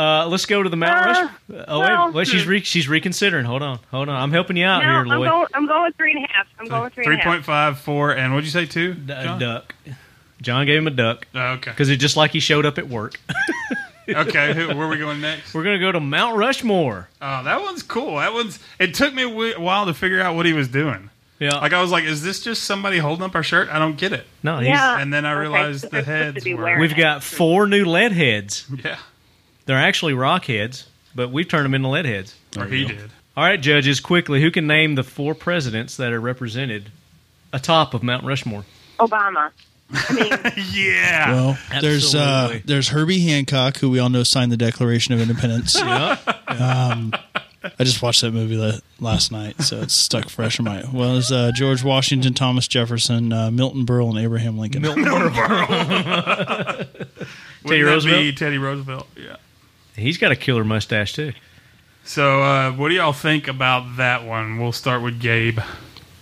Uh, let's go to the Mount
Uh,
Rush. Oh
well- hmm.
wait, wait she's re- she's reconsidering. Hold on, hold on. I'm helping you out
no,
here,
I'm
Lloyd.
going. I'm going with three and a half. I'm going with three and a half.
3.5, 4, and what'd you say, 2?
D- a duck. John gave him a duck
okay.
because it's just like he showed up at work.
Okay, who, where are we going next?
We're gonna go to Mount Rushmore.
Oh, that one's cool. That one's. It took me a wh- while to figure out what he was doing.
Yeah,
Like I was like, is this just somebody holding up our shirt? I don't get it.
no, he's,
Yeah.
And then I
Okay,
realized
so
the
they're
heads
supposed to be
were.
wearing-
We've got four new lead heads.
Yeah,
They're actually rock heads, but we've turned them into lead heads.
or he did.
All right, judges, quickly, who can name the four presidents that are represented atop of Mount Rushmore?
Obama. I mean,
yeah.
Well, there's uh,
Absolutely.
there's Herbie Hancock, who we all know signed the Declaration of Independence. Um,
Yeah.
I just watched that movie la- last night, so it's stuck fresh in my. Well, it's uh, George Washington, Thomas Jefferson, uh, Milton Berle, and Abraham Lincoln.
Teddy
Roosevelt?
Be Teddy Roosevelt. Yeah.
He's got a killer mustache too.
So, uh, what do y'all think about that one? We'll start with Gabe.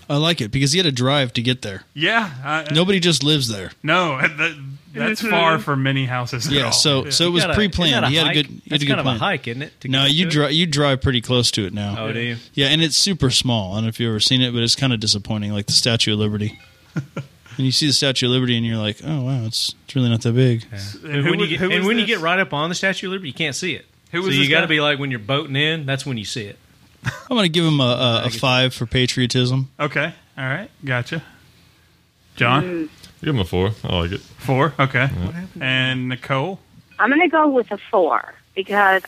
I like it because he had a drive to get there.
Yeah. I,
Nobody just lives there.
No, that, that's far from many houses. at
Yeah,
all.
so so it was
Got a- isn't
pre-planned.
that
He had a
hike?
good he had
That's
a
kind
good
of
plan.
a hike, isn't it? to
No,
get
you
to it?
drive you drive pretty close to it now.
Oh, do you?
Yeah, and it's super small. I don't know if you've ever seen it, but it's kind of disappointing, like the Statue of Liberty. and you see the Statue of Liberty, and you're like, oh wow, it's it's really not that big.
And
And when,
who
you get,
who
and
was
when you
this?
get right up on the Statue of Liberty, you can't see it.
Who
so
was
you
this
got to
guy?
be like when you're boating in. That's when you see it.
I'm gonna give him a, a, a five for patriotism.
okay, all right, gotcha. John
Give him a four. I like it.
four, okay, and Nicole
I'm going to go with a four because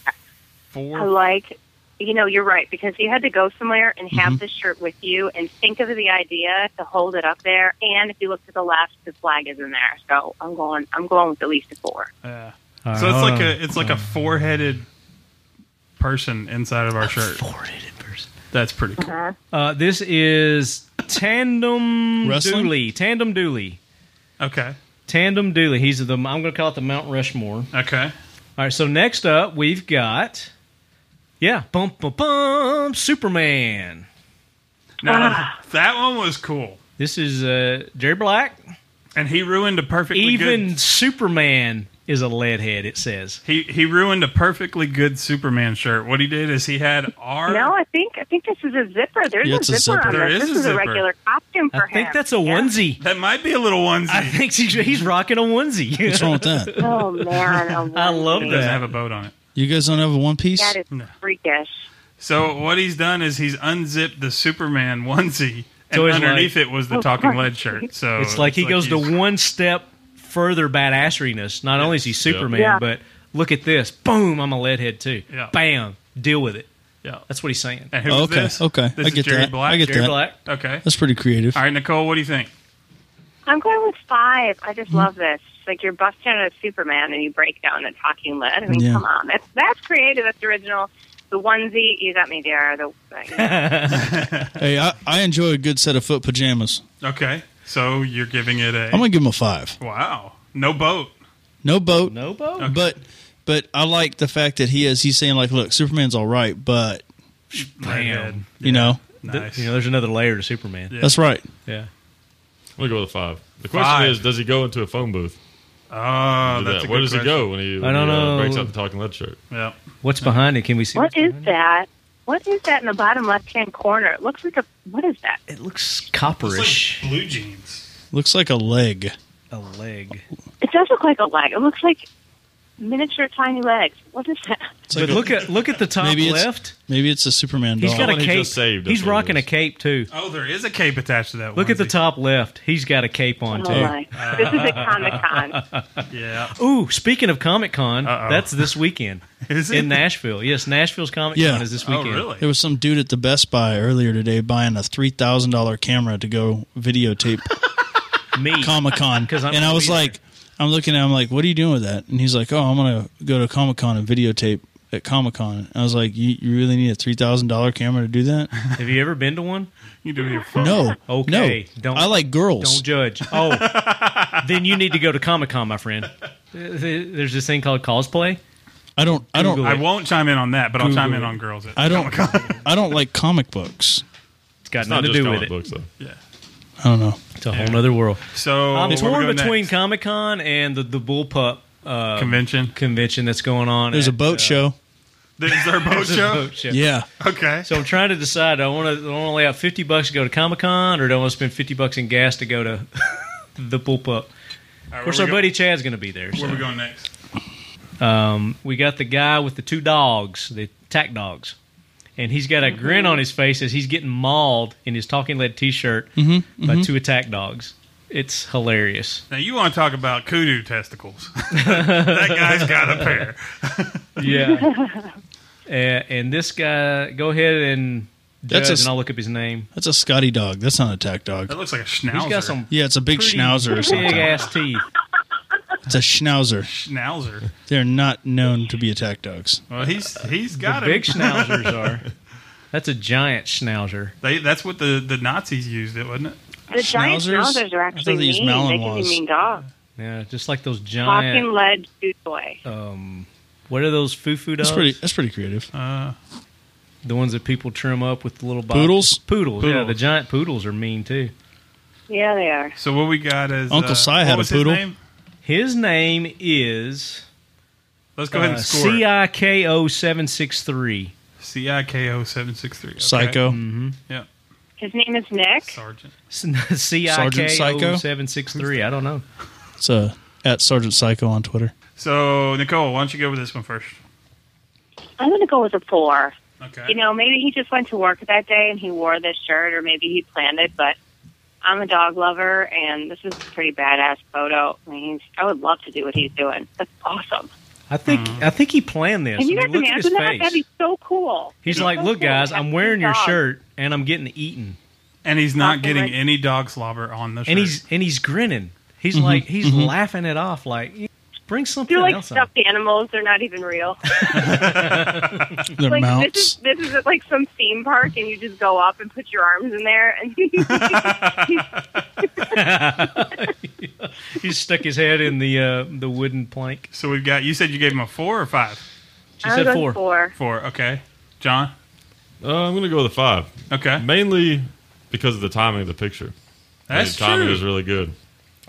four.
I like, you know, you're right because you had to go somewhere and
Mm-hmm.
have this shirt with you and think of the idea to hold it up there. And if you look to the left, the flag is in there. So I'm going. I'm going with at least a four.
Yeah. So it's like a it's like
Uh,
a four headed person inside of our shirt.
Four-headed person.
That's pretty cool.
Uh, this is Tandem
Wrestling?
Dooley. Tandem Dooley.
Okay,
Tandem Dooley. He's the. I'm going to call it the Mount Rushmore.
okay.
All right. So next up, we've got. Yeah, bum bum bum, Superman.
Now that one was cool,
This is uh, Jerry Black.
and he ruined a perfectly
Even
good.
Superman is a leadhead. It says.
He he ruined a perfectly good Superman shirt. What he did is he had our
No, I think I think this is a zipper. There's
Yeah,
a
it's a
zipper,
zipper.
on
There
this.
is
this
a
is a
zipper.
regular costume for
I think
him.
that's a
Yeah.
onesie.
that might be a little onesie.
I think he's, he's rocking a onesie.
What's wrong with that?
Oh man, a
I love
It doesn't
onesie.
that.
have a boat on it.
You guys don't have a one piece?
That is freakish.
So what he's done is he's unzipped the Superman onesie, and
So it's
underneath it was the Talking Lead shirt. So
It's like he goes
he's-
to one step further badasseriness. Not only is he Superman,
Yeah.
but look at this. Boom, I'm a leadhead too.
Yeah.
Bam, deal with it.
Yeah.
That's what he's saying.
And who
Oh,
was
okay,
this?
okay.
This
I
is
get
Jerry
that.
Black.
I get
Jerry
that.
Black.
Okay.
That's pretty creative.
All right, Nicole, what do you think?
I'm going with five. I
Mm-hmm.
just love this. It's like you're busting out a Superman and you break down a talking lid. I mean,
Yeah.
come on, that's that's creative. That's original. The onesie, you got me there. The like,
Hey, I, I enjoy a good set of foot pajamas.
Okay. So you're giving it a
I'm gonna give him a five.
wow. No boat.
No boat,
No, Bo?
but but I like the fact that he is. He's saying like, look, Superman's all right, but
Redhead.
you know,
Th-
Nice.
You know, there's another layer to Superman. Yeah.
that's right.
I'm gonna go with a five. The question
Five.
is, does he go into a phone booth?
oh,
Do
that's
that.
a
Where
good
does he
question.
go when he, when
don't
he, uh,
know.
breaks out the talking lead shirt?
Yeah.
What's behind it? Can we see?
what
what's
is
behind
that? What is that in the bottom left hand corner? It looks like a what is that?
it? It looks copperish.
blue jeans.
Looks like a leg.
a leg.
It does look like a leg. It looks like miniature tiny legs. What is that?
It's
But
like a-
look at look at the top
Maybe it's-
left.
Maybe it's a Superman doll.
He's got a
one he
cape.
just saved,
He's
that's what it
rocking a
is.
cape too.
Oh, there is a cape attached to that.
Look at the
onesie.
top left. He's got a cape on
Oh
too.
my! This is at Comic Con.
Yeah.
Ooh, speaking of Comic Con,
Uh-oh.
that's this weekend
Is it?
in Nashville. Yes, Nashville's Comic Con
Yeah.
is this
oh,
weekend.
really?
there was some dude at the Best Buy earlier today buying a three thousand dollar camera to go videotape
Me.
Comic Con,
'Cause I'm
and I
gonna
was
be there.
like, I'm looking at, him like, what are you doing with that? And he's like, oh, I'm gonna go to Comic Con and videotape at Comic Con. I was like, you, you really need a three thousand dollar camera to do that?
Have you ever been to one?
You do it with your phone.
No,
Okay,
no.
don't-
I like girls.
Don't judge. Oh, then you need to go to Comic Con, my friend. There's this thing called cosplay.
I don't. I don't.
Google
I
I,
won't chime in on that, but I'll
Google
chime in
it.
on girls. at-
I don't. I don't like comic books.
It's got
It's not
nothing
just
to do
comic
with it.
books, though.
Yeah.
I don't know.
It's a whole other world.
So where
I'm
we
torn
going
between
next?
Comic Con and the the Bullpup uh,
Convention?
convention that's going on.
There's a
at,
boat
uh,
show.
Is there a boat
there's a
show?
boat show.
Yeah.
Okay.
So I'm trying to decide. Do I want to, do I want to lay out 50 bucks to go to Comic Con, or do I want to spend 50 bucks in gas to go to the pulp up?
All right,
Of course,
where
our
we go-
buddy Chad's going to be there.
Where
so.
we going next?
Um, we got the guy with the two dogs, the tack dogs, and he's got a grin on his face as he's getting mauled in his talking lead T-shirt
Mm-hmm,
by two attack dogs. It's hilarious.
Now you want to talk about kudu testicles? that guy's got a pair.
Yeah. and, this guy, go ahead and
That's
judge,
a s-
and I'll look up his name.
That's a Scotty dog. That's not a tack dog.
That looks like a schnauzer.
He's got some
Yeah, it's a big
pretty
schnauzer or something.
big ass teeth.
It's a schnauzer.
schnauzer.
They're not known to be attack dogs.
Well, he's he's got
the
him.
big schnauzers are. That's a giant schnauzer.
They, that's what the, the Nazis used it, wasn't it?
The giant
Schnauzers?
schnauzers are
I thought
actually
these
mean. They can be
Malinois. Oh,
mean dogs.
Yeah, just like those
Talking
giant.
lead food boy.
Um, what are those foo-foo dogs?
That's pretty. That's pretty creative.
Uh,
The ones that people trim up with the little bob-
Poodles?
Poodles. Yeah,
Poodles.
the giant poodles are mean too.
Yeah, they are.
so what we got is
Uncle
uh,
Si had
what
a
was his
poodle.
name?
His name is uh,
Let's go ahead and score.
C I K O seven six three. Mm-hmm.
C I K O seven six three.
Psycho.
Mm.
His name is Nick.
Sergeant.
C I
Sergeant
K
Psycho?
O seven six three. I don't know.
It's a at Sergeant Psycho on Twitter.
So Nicole, why don't you go with this one first?
I'm going to go with a four.
Okay.
You know, maybe he just went to work that day and he wore this shirt, or maybe he planned it. But I'm a dog lover, and this is a pretty badass photo. I mean, he's- I would love to do what he's doing. That's awesome.
I think
Uh-huh.
I think he planned this.
Can you
I
guys
mean, look at his
imagine that?
face.
That'd be so cool.
He's
That's
like,
so
look,
cool.
guys,
That's
I'm wearing your
dog.
shirt and I'm getting eaten,
and he's not
Uncle
getting
Rick.
any dog slobber on the shirt.
and he's and he's grinning. He's like he's laughing it off. Like bring something
They're like
else. on.
stuffed animals. They're not even real.
Their
like
mounts.
this is this is at like some theme park, and you just go up and put your arms in there, and
He stuck his head in the uh, the wooden plank.
so we've got. You said you gave him a four or five.
She
I'm
said
going
four.
four.
Four. Okay. John.
Uh, I'm going to go with a five,
Okay.
mainly because of the timing of the picture.
That's
the timing
true.
is really good.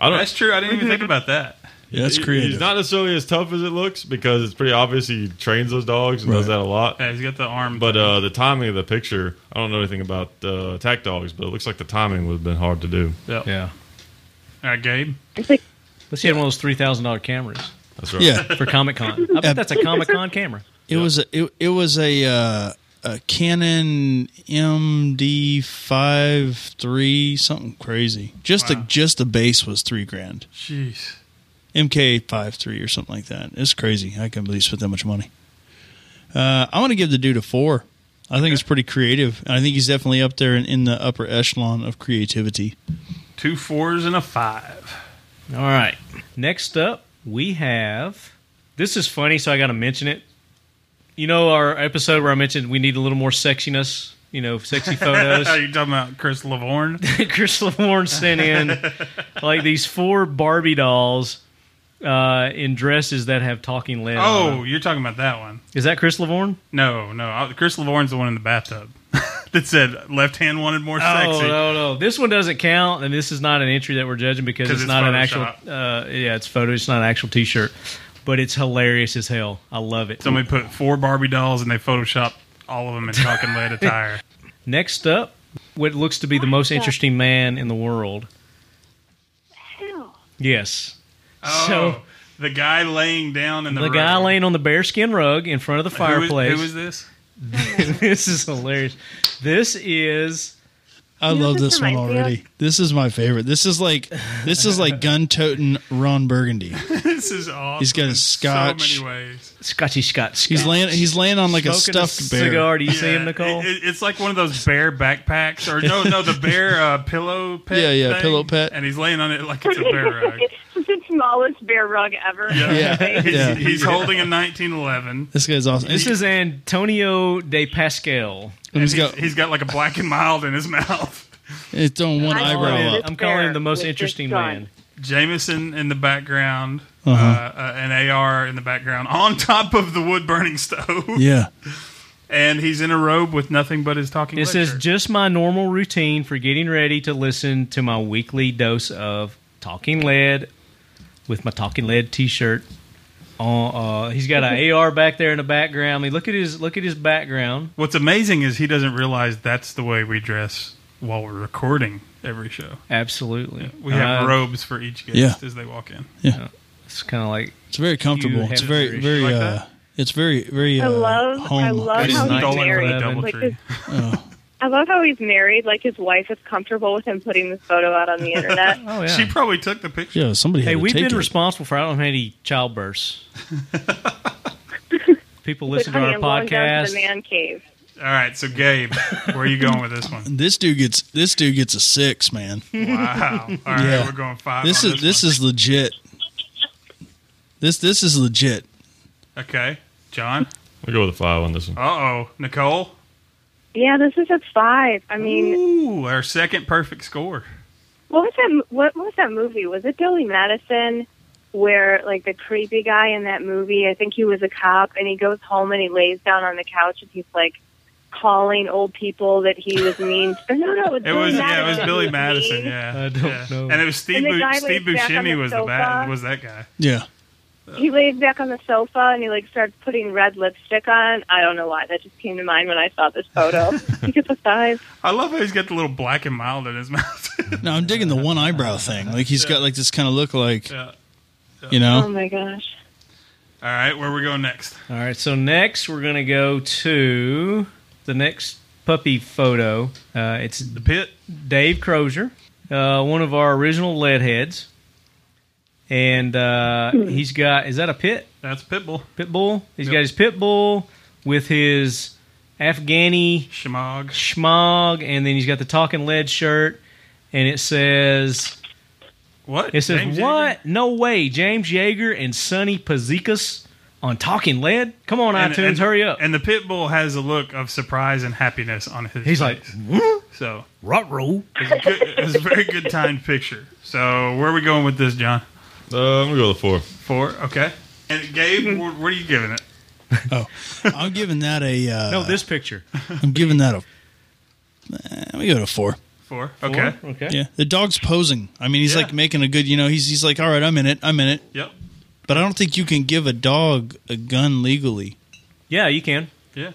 I don't.
That's true. I didn't even think about that.
yeah, that's
he-
creative.
He's not necessarily as tough as it looks because it's pretty obvious he trains those dogs and does
Right.
that a lot.
Yeah, he's got the arm.
But uh, the timing of the picture, I don't know anything about uh, attack dogs, but it looks like the timing would have been hard to do.
yeah.
Yeah.
All right, Gabe.
Let's get one of those three thousand dollar cameras
That's right.
yeah,
for Comic Con. I
Yeah.
bet that's a Comic Con camera.
it was a it, it was a uh, a Canon MD five three something crazy. Just the
Wow.
just the base was three grand.
Jeez.
MK five three or something like that. It's crazy. I can't believe he spent that much money. Uh, I want to give the dude a four. I think it's pretty creative, and I think he's definitely up there in, in the upper echelon of creativity.
Two fours and a five.
All right. Next up, we have. This is funny, so I got to mention it. You know our episode where I mentioned we need a little more sexiness. You know, sexy photos.
Are you talking about Chris Lavorne?
Chris Lavorne sent in like these four Barbie dolls uh, in dresses that have talking lead. on
Oh,
them.
you're talking about that one.
is that Chris Lavorne?
No, no. I- Chris Lavorne's the one in the bathtub that said left hand wanted more
Oh
sexy.
no no! This one doesn't count, and this is not an entry that we're judging because
'Cause
it's,
it's
not an
Photoshop.
actual. Uh, yeah, it's photo. It's not an actual T-shirt, but it's hilarious as hell. I love it.
Somebody put four Barbie dolls and they photoshopped all of them in talking lead attire.
Next up, what looks to be the most interesting man in the world.
Hell.
Yes,
Oh,
So-
the guy laying down in the
the guy
road.
laying on the bearskin rug in front of the
Who is-
fireplace.
Who is this?
this is hilarious. This is
I
know,
love
this
this one
reminds me of-
already. This is my favorite. This is like this is like gun toting Ron Burgundy.
This is awesome.
He's got a
in
scotch.
So many ways.
Scotchy Scott. Scott.
He's laying he's laying on like
Smoking
a stuffed bear.
cigar. Do you see
Yeah,
him, Nicole?
it- it- it's like one of those bear backpacks, or no, no, the bear uh, pillow pet.
Yeah, yeah,
thing,
pillow pet.
And he's laying on it like it's a bear rug.
it's the smallest bear rug ever.
Yeah,
He's,
yeah.
he's holding a 1911.
This guy's awesome.
this is Antonio de Pascal.
and he's
He's
got
he's got like a black and mild in his mouth.
it's on one
I
eyebrow
love
up.
it.
I'm calling him the most
Oh, With this
interesting
gun.
man.
Jameson in the background, uh
Uh-huh.
uh, an AR in the background, on top of the wood burning stove,
Yeah.
and he's in a robe with nothing but his talking.
This
leg
is
shirt.
just my normal routine for getting ready to listen to my weekly dose of Talking Lead with my Talking Lead t shirt Uh, uh, he's got an AR back there in the background. I mean, look at his look at his background.
What's amazing is he doesn't realize that's the way we dress while we're recording every show.
Absolutely,
We have
Uh,
robes for each guest
Yeah.
as they walk in.
It's kind of like
It's very comfortable.
have
It's
a
very
very-
very.
like
uh,
that?
it's very very. Uh,
I love I
home-
love
It's
is
how
nice.
he's
stolen
very-
from
married.
the
Eleven.
Double
Like
Tree.
I love how he's married. Like his wife is comfortable with him putting this photo out on the internet.
oh yeah.
She probably took the picture.
Yeah, somebody.
hey,
had to
we've
take
been
it.
responsible for I don't know how many childbirths. People
But
listen to
honey,
our
I'm going down to
podcast.
the man cave.
All right, so Gabe, where are you going with this one?
This dude gets this dude gets a six, man.
Wow. All right,
Yeah.
we're going five.
This
on
is this is legit. This this is legit.
one. okay. John.
We'll go with a five on this one.
Uh oh. Nicole.
Yeah, this is at five. I mean,
Ooh, our second perfect score.
what was that? mo- What, what was that movie? Was it Billy Madison? Where like the creepy guy in that movie? I think he was a cop, and he goes home and he lays down on the couch and he's like calling old people that he was mean. to- no, no, it was,
It
Billy
was yeah, it was
Madison.
Billy
He was
Madison.
mean.
Yeah,
I don't
yeah.
know.
And it was Steve.
And the
Bu-
guy lays
Steve
back on
Buscemi
the
was the bat.
sofa.
Was that guy?
Yeah.
He lays back on the sofa and he like starts putting red lipstick on. I don't know why that just came to mind when I saw this photo. he gets a five.
I love how he's got the little black and mild in his mouth.
No, I'm digging the one eyebrow thing. Like he's got like this kind of look, like
Yeah.
you
Oh
know.
my gosh.
All right, where we going next?
All right, so next we're going to go to the next puppy photo. Uh, it's the pit. Dave Crozier, uh, one of our original lead heads, and uh, he's got is that a pit
That's Pitbull.
pit bull? He's
Yep.
got his pit bull with his Afghani
Shemog.
schmog, and then he's got the talking lead shirt, and it says
What?
it says,
James
"What? No way! James Yeager and Sonny Pazikas on Talking Lead. Come on,
Yeager? And,
iTunes,
and-
hurry up!"
And the Pitbull has a look of surprise and happiness on his
He's like,
face.
"Huh?
so
"Rot roll."
it's a, good, it's a very good timed picture. So where are we going with this, John?
Uh, I'm gonna go with a four.
Four. Okay. And Gabe, wh- what are you giving it?
Oh, I'm giving that a. Uh,
No, this picture.
I'm giving that a. Let me go to four.
Four. Okay.
Okay.
Yeah, the dog's posing. I mean, he's
Yeah.
like making a good. You know, he's he's like, all right, I'm in it, I'm in it.
Yep.
But I don't think you can give a dog a gun legally.
Yeah, you can.
Yeah.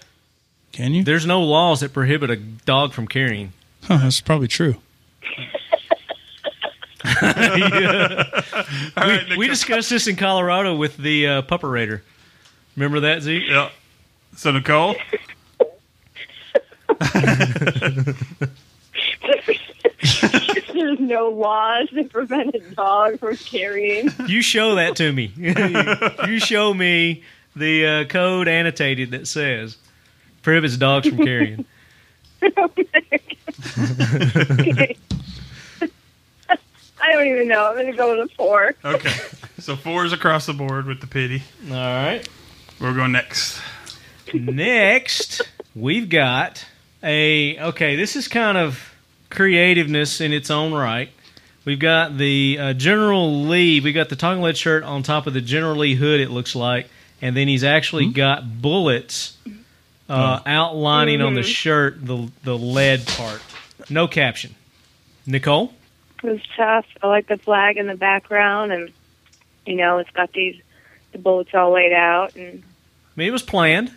Can you?
There's no laws that prohibit a dog from carrying.
Huh, that's probably true.
All right.
We
Nicole-
discussed this in Colorado with the uh, pupperator. Remember that, Zeke?
Yeah. So Nicole,
There's no laws that prevent a dog from carrying.
You show that to me. you show me the uh, code annotated that says prohibits dogs from carrying.
I don't even know. I'm going to go with a four.
okay. so four is across the board with the pity.
All right.
Where we going next?
Next, we've got a okay. This is kind of creativeness in its own right. We've got the uh, General Lee. We got the Talking Lead shirt on top of the General Lee hood. It looks like, and then he's actually got bullets uh, outlining on
Mm-hmm.
the shirt the the lead part. No caption. Nicole.
It was tough. I like the flag in the background, and you know, it's got these the bullets all laid out, and
I mean, it was planned.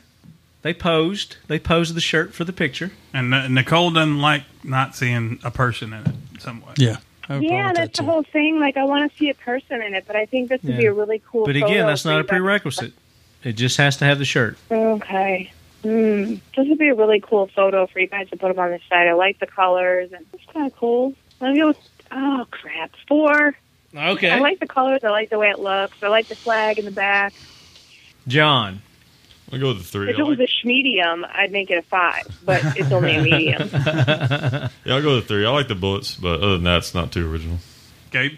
They posed. They posed the shirt for the picture.
And uh, Nicole doesn't like not seeing a person in it somewhat.
Yeah. I have a problem
yeah,
with
that's
that
the
too.
whole thing. Like, I want to see a person in it, but I think this would be
Yeah.
a really cool.
But
photo
again, that's
if
not a
we got-
prerequisite. It just has to have the shirt.
Okay. Mm, this would be a really cool photo for you guys to put them on the side. I like the colors, and it's kind of cool. I'm gonna go. with- Oh crap! Four.
Okay.
I like the colors. I like the way it looks. I like the flag in the back.
John.
I'll go with a three.
If
I
it was
like,
a medium, I'd make it a five, but it's only a medium.
yeah, I'll go with a three. I like the bullets, but other than that, it's not too original.
Gabe.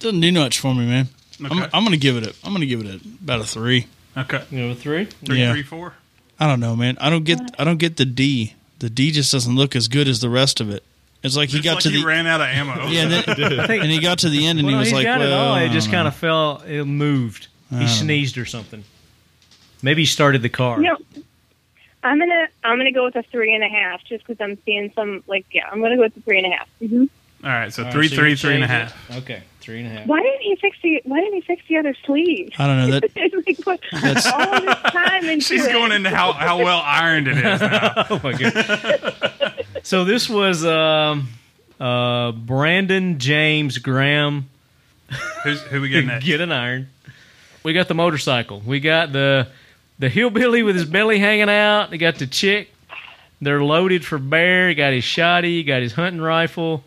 Doesn't do much for me, man. I'm,
Okay.
I'm gonna give it a. I'm gonna give it a, about a three.
Okay.
Number three.
Three,
Yeah.
three, four.
I don't know, man. I don't get. I don't get the D. The D just doesn't look as good as the rest of it. It's like he
It's
got
like
to
he
the
ran out of ammo.
yeah, and, then, and he got to the end and
Well,
he
no,
was
he's
like,
got it
well,
all.
I
It
don't
just
know.
kind of fell. It moved. He sneezed or something. Maybe he started the car.
No, I'm gonna I'm gonna go with a three and a half, just because I'm seeing some like yeah, I'm gonna go with the three and a half.
All right, so
All right,
three,
so
three,
you
three and a
change
half.
it. Okay, three and a half.
Why didn't he fix the Why didn't he fix the other sleeve?
I don't know that.
He put all this time into
She's
it. Oh,
going into how, how well ironed it is. Now.
Oh my god. so this was um, uh, Brandon James Graham.
Who's, who we getting next?
Get an iron. We got the motorcycle. We got the the hillbilly with his belly hanging out. They got the chick. They're loaded for bear. He got his shotty. He got his hunting rifle.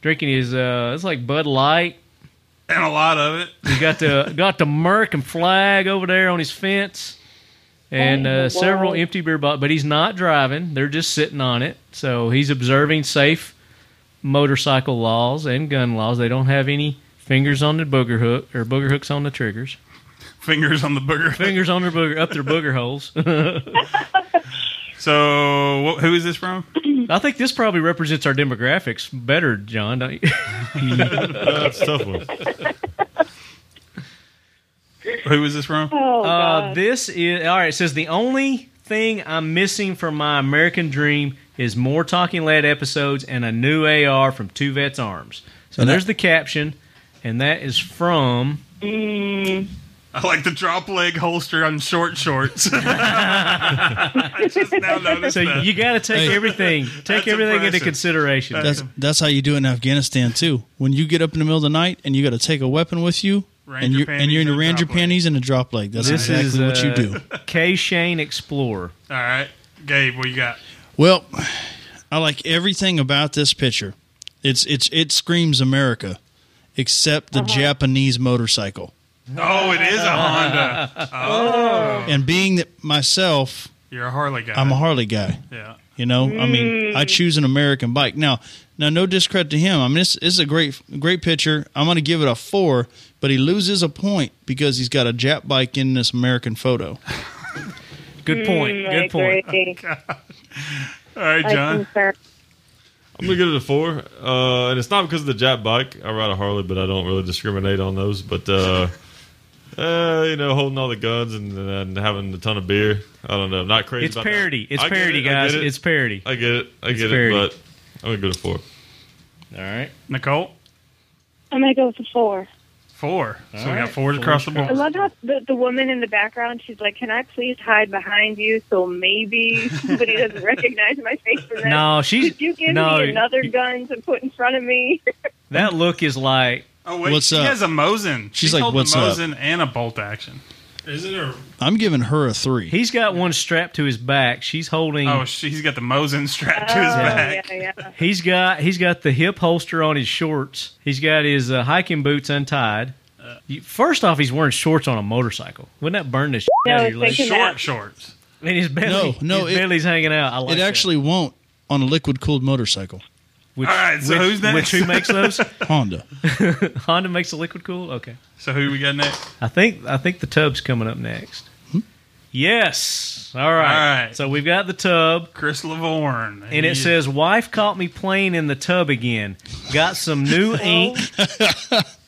Drinking his uh, it's like Bud Light.
And a lot of it.
He got the got the Merc and flag over there on his fence, and uh, several empty beer bottles. But he's not driving; they're just sitting on it. So he's observing safe motorcycle laws and gun laws. They don't have any fingers on the booger hook or booger hooks on the triggers.
Fingers on the booger.
Fingers on their booger up their booger holes.
So wh- who is this from?
I think this probably represents our demographics better, John. Don't you?
That's Uh, a tough one.
Who is this from?
Oh,
Uh,
God.
this is all right. It says the only thing I'm missing from my American dream is more Talking Lead episodes and a new AR from Two Vets Arms. So
And
there's
that-
the caption, and that is from
I like the drop leg holster on short shorts. I just now noticed
so
that.
you got to take
Hey.
everything take
That's
everything into
impressive.
consideration.
That's that's how you do it in Afghanistan too. When you get up in the middle of the night and you got to take a weapon with you,
Ranger
and you're and
panties
you're in
and
your
a
ranger
drop leg.
panties and a drop leg. That's
This
exactly
is,
what you
uh,
do.
K Shane Explorer.
All right, Gabe, what you got?
Well, I like everything about this picture. It's it's it screams America, except the
Uh-huh.
Japanese motorcycle.
Oh, it is a Honda.
And being that myself,
You're a Harley guy.
I'm a Harley guy.
yeah.
You know, I mean, I choose an American bike. Now, now, no discredit to him. I mean, this, this is a great, great picture. I'm going to give it a four, but he loses a point because he's got a Jap bike in this American photo.
Good point. Good point.
agree.
All right,
I
Oh, John.
concur.
I'm gonna give it a four, uh, and it's not because of the Jap bike. I ride a Harley, but I don't really discriminate on those. But uh, uh, you know, holding all the guns and, and having a ton of beer, I don't know. Not crazy.
It's
about that.
parody. It's
I get
parody,
it, I get
guys.
it.
It's parody.
I get it. I get
parody.
it. But I'm gonna give it a four.
All right.
Nicole,
I'm gonna go with the four.
four. so we
right,
got fours
fours
across the board.
I love how the, the woman in the background. She's like, "Can I please hide behind you so maybe somebody doesn't recognize my face?" From this?
No, she's
Could you give
no.
me another gun to put in front of me?
That look is like
Oh wait,
What's
she
up?
has a Mosin.
She's
she
like,
told
"What's
a
up?"
Mosin and a bolt action. Is it a?
I'm giving her a three.
he's got one strapped to his back. She's holding.
Oh, she, he's got the Mosin strapped to his
Oh,
back.
Yeah, yeah.
He's got he's got the hip holster on his shorts. He's got his uh, hiking boots untied. You- First off, he's wearing shorts on a motorcycle. Wouldn't that burn the shit
No,
out of
it's
your
like
legs?
a-
Short shorts.
I mean, his belly,
No, no,
his
it-
belly's hanging out. I like
it
that.
actually won't on a liquid cooled motorcycle.
Which,
All right, so
which-
who's next?
Which who makes those?
Honda.
Honda makes the liquid cool. Okay,
So who we got next?
I think I think the tub's coming up next.
Hmm?
Yes. All right.
All right.
So we've got the tub.
Chris Lavorne.
And it
He-
says, "Wife caught me playing in the tub again. Got some
Oh.
new ink,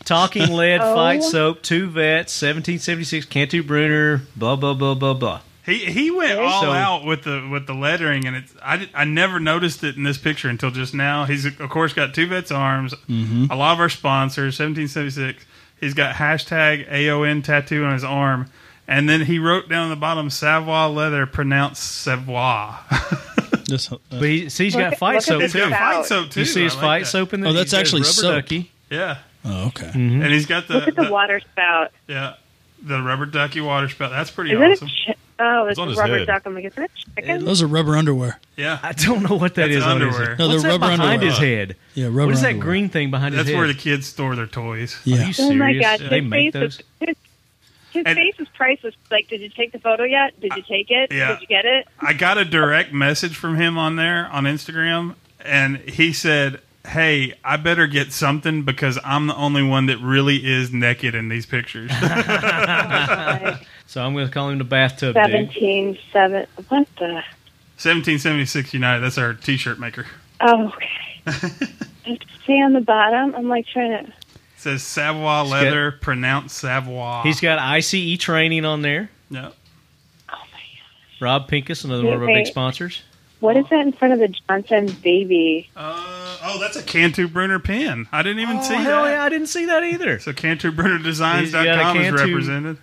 talking lead,
Oh.
fight soap, two vets, 1776, Cantu Bruner, blah blah blah blah blah."
He he went all
So-
out with the with the lettering, and it's I, did- I never noticed it in this picture until just now. He's of course got two vets arms,
Mm-hmm.
a lot of our sponsors, seventeen seventy six. He's got hashtag AON tattoo on his arm, and then he wrote down on the bottom Savoy leather pronounced Savoy.
This- uh,
But he, see, he's
Look
got
at-
fight
look at
soap
this
He's got
too.
guy.
fight soap too.
You see his
I like
fight
that.
soap in there.
Oh, that's
He's got
actually
his rubber
soap.
ducky.
Yeah,
oh, okay.
Mm-hmm.
and he's got the,
Look at the
the-
water spout.
yeah the rubber ducky water spout. That's pretty
Is that
awesome.
a chi- oh, it's,
on his
a rubber
head.
duck. I'm like, is that a chicken?
Those are rubber underwear.
yeah,
I don't know what that
That's
is. on his
underwear.
head.
No, they're
What's that
rubber
behind
underwear.
his head?
Yeah, rubber
What is that
underwear.
green thing behind his
that's
head?
where the kids store their toys.
Are
Yeah.
you
Oh
serious?
my gosh,
They
his
make
face
those.
is his, his
And-
face is priceless. Like, did you take the photo yet? Did you take it?
yeah.
Did you get it?
I got a direct message from him on there on Instagram, and he said, "Hey, I better get something because I'm the only one that really is naked in these pictures."
So I'm going to call him the bathtub dude.
Seventeen, seven. What the?
1776 United. That's our T-shirt maker.
Oh, okay. See on the bottom. I'm like trying to.
It says Savoy leather, pronounced Savoy.
He's got ICE training on there.
yeah.
Rob Pincus, another one of our
Okay.
big sponsors.
What is that in front of the Johnson baby?
Uh, oh, Oh, that's a Cantu Bruner pen. I didn't even see
Oh, hell
that.
yeah, I didn't see that either.
So CantuBrunerDesigns.com
He's
is
got a Cantu-
represented.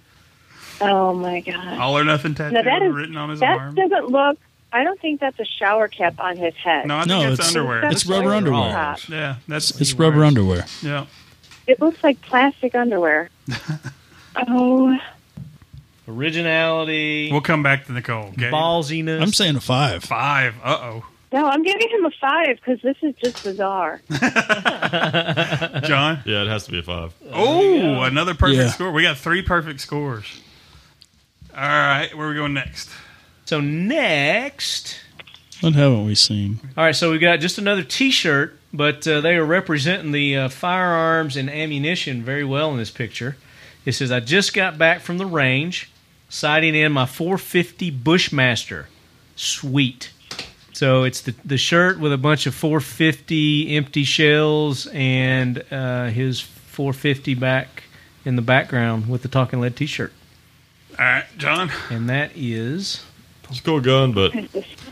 Oh my god!
All or nothing tattoo
Now that is
written on his
that
arm.
doesn't look. I don't think that's a shower cap on his head.
No, I think
No,
it's,
it's-
underwear.
it's rubber
like a
underwear.
top.
yeah, that's
It's rubber underwear.
Yeah,
It looks like plastic underwear. oh,
Originality,
we'll come back to Nicole. Okay?
ballsiness.
I'm saying a five.
five. Uh oh,
no, I'm giving him a five because this is just bizarre.
John.
Yeah, it has to be a five.
Oh, another perfect
Yeah.
score. We got three perfect scores. All right, where are we going next?
so next,
What haven't we seen?
all right. So we got just another T-shirt, but uh, they are representing the uh, firearms and ammunition very well in this picture. It says, "I just got back from the range, sighting in my 450 Bushmaster. Sweet." So it's the the shirt with a bunch of 450 empty shells and uh, his 450 back in the background with the talking lead T-shirt,
All right, John.
and that is
It's a cool gun, but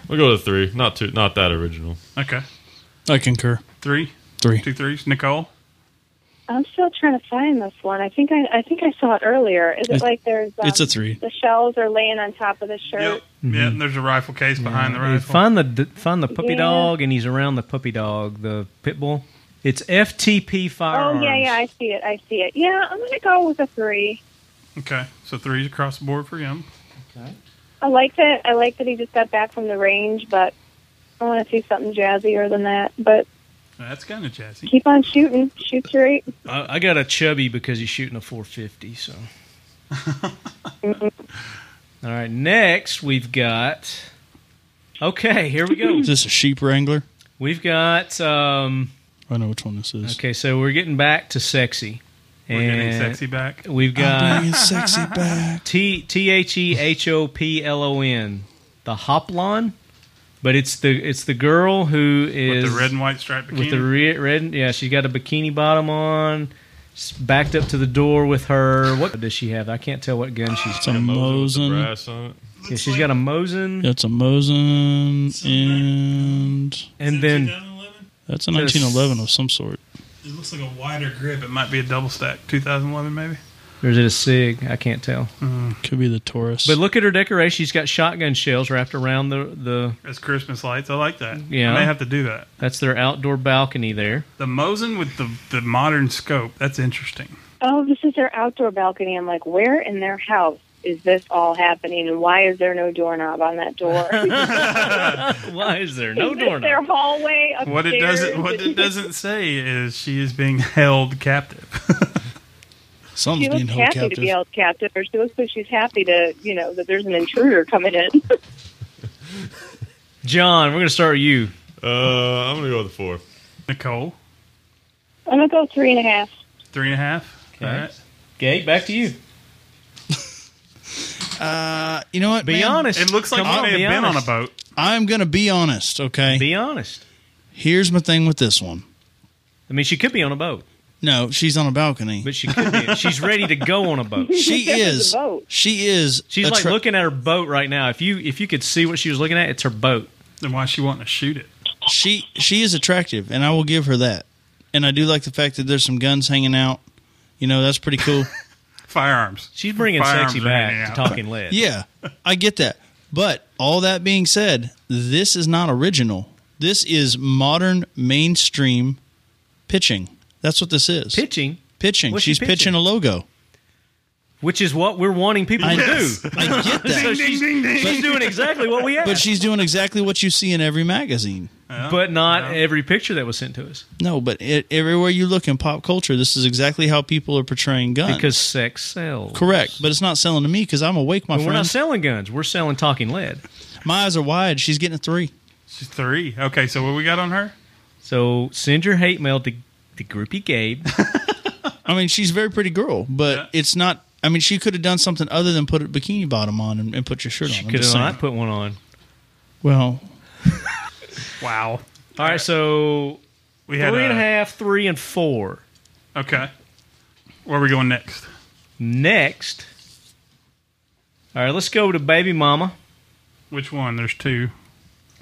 we'll go to three. Not two. Not that original.
Okay,
I concur.
three,
Three.
two threes. Nicole.
I'm still trying to find this one. I think I, I think I saw it earlier. Is it
It's-
like there's um,
It's a three.
the shells are laying on top of the
Yep.
shirt?
Yeah,
Mm-hmm.
and there's a rifle case behind the
Hey,
rifle.
Find the d- find the puppy
Yeah.
dog, and he's around the puppy dog, the pit bull. It's FTP
Oh
firearms.
yeah, yeah, I see it. I see it. Yeah, I'm gonna go with a three.
Okay, so threes across the board for him.
I like that. I like that he just got back from the range, but I want to see something jazzier than that. But
That's kind of jazzy.
keep on shooting. Shoot straight.
I, I got a chubby because he's shooting a 450. So, all right, next we've got. Okay, here we go.
Is this a sheep wrangler?
We've got. Um,
I know which one this is.
okay, so we're getting back to sexy.
We're getting
And
sexy back.
We've
I'm
got
bringing sexy back.
T T H E H O P L O N, the Hoplon, but it's the it's the girl who is
With the red and white striped bikini.
with the re- red yeah she's got a bikini bottom on, s- backed up to the door with her. What does she have? I can't tell what gun she's.
It's a
Moses with the
Mosin.
brass on it.
Yeah, she's got a Mosin,
That's a Mosin, and
and then
2011?
that's a
There's-
1911 of some sort.
It looks like a wider grip. It might be a double stack. 2011 maybe.
or is it a Sig? I can't tell.
Could be the Taurus.
But look at her decoration. She's got shotgun shells wrapped around the the.
As Christmas lights, I like that.
Yeah.
I may have to do that.
That's their outdoor balcony there.
The Mosin with the the modern scope. That's interesting.
Oh, this is their outdoor balcony. I'm like, where in their house is this all happening, and why is there no doorknob on that door?
Why is there no
is this their
doorknob?
hallway upstairs?
What it doesn't what it doesn't say is she is being held captive.
Something's
She
being
looks
held
happy
captive.
to be held captive, or she looks like she's happy to, you know, that there's an intruder coming in.
John, we're gonna start with you.
Uh, I'm gonna go with the four.
Nicole,
I'm gonna go three and a half.
three and a half.
Okay.
All right.
Gate, back to you.
uh, you know what?
Be
man?
honest.
It looks like
Come
she
on,
may
be
have been on a
honest.
boat.
I'm gonna be honest. Okay.
Be honest.
Here's my thing with this one.
I mean, she could be on a boat,
No, she's on a balcony.
but she could be. She's ready to go on a boat.
she
This is
is.
a boat.
She is.
She's
a
like
tra-
looking at her boat right now. If you if you could see what she was looking at, it's her boat.
Then why is she wanting to shoot it?
She she is attractive, and I will give her that. And I do like the fact that there's some guns hanging out. You know, that's pretty cool.
Firearms.
She's bringing
Firearms
sexy
are hanging
back
out.
to talking lead.
yeah, I get that. But all that being said, this is not original. This is modern mainstream pitching. That's what this is.
Pitching,
pitching.
What's she
She's pitching?
pitching?
a logo.
which is what we're wanting people
I
to
Yes.
do.
I get
So
that.
she's, she's doing exactly what we asked,
But
but,
she's doing exactly what you see in every magazine.
not every picture that was sent to us
No, but it, everywhere you look in pop culture, this is exactly how people are portraying guns.
because sex sells.
correct, but it's not selling to me because I'm awake, my
But we're
friend.
not selling guns. We're selling talking lead.
my eyes are wide. She's getting a three.
She's three. Okay, so what we got on her?
So send your hate mail to the groupie Gabe.
I mean, she's a very pretty girl, but
Yeah.
it's not. I mean, she could have done something other than put a bikini bottom on and, and put your shirt
She
on. I'm
could
just
have
saying.
not put one on.
Well,
Wow.
All right, so
We
three
had uh,
and a half, three
a-
and four.
Okay. Where are we going next?
Next. All right, let's go to Baby Mama.
Which one? There's two.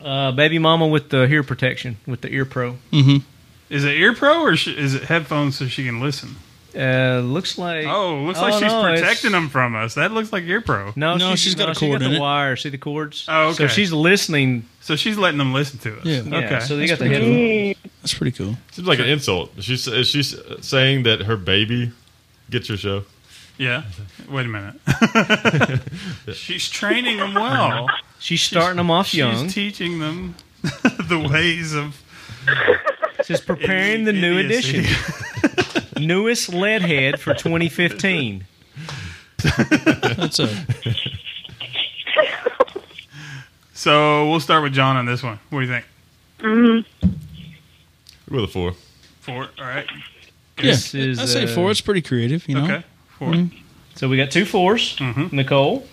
Uh, Baby Mama with the ear protection, with the ear pro.
Mhm.
Is it ear pro or sh- is it headphones so she can listen?
Uh, looks like
Oh, looks like she's
no, it's-
protecting them from us. That looks like ear pro.
No,
No, she's got a
she
cord
the
in it.
wire. See the cords.
Oh,
So
okay.
she's listening.
So she's letting them listen to us.
Yeah.
Yeah,
Okay.
So they got the
pretty
headphones.
That's pretty cool.
Seems like an insult. She's is she's saying that her baby gets your show.
yeah. Wait a minute. she's training them well.
She's starting them off young.
She's teaching them the ways of
She's preparing the new
idiocy.
edition, newest lead head for 2015.
That's a
So we'll start with John on this one. What do you think?
With a four.
Four. All right.
yeah.
This is,
I say
uh,
four. It's pretty creative, you know.
Okay. 4
Mm-hmm. So we got two fours.
Mm-hmm.
Nicole,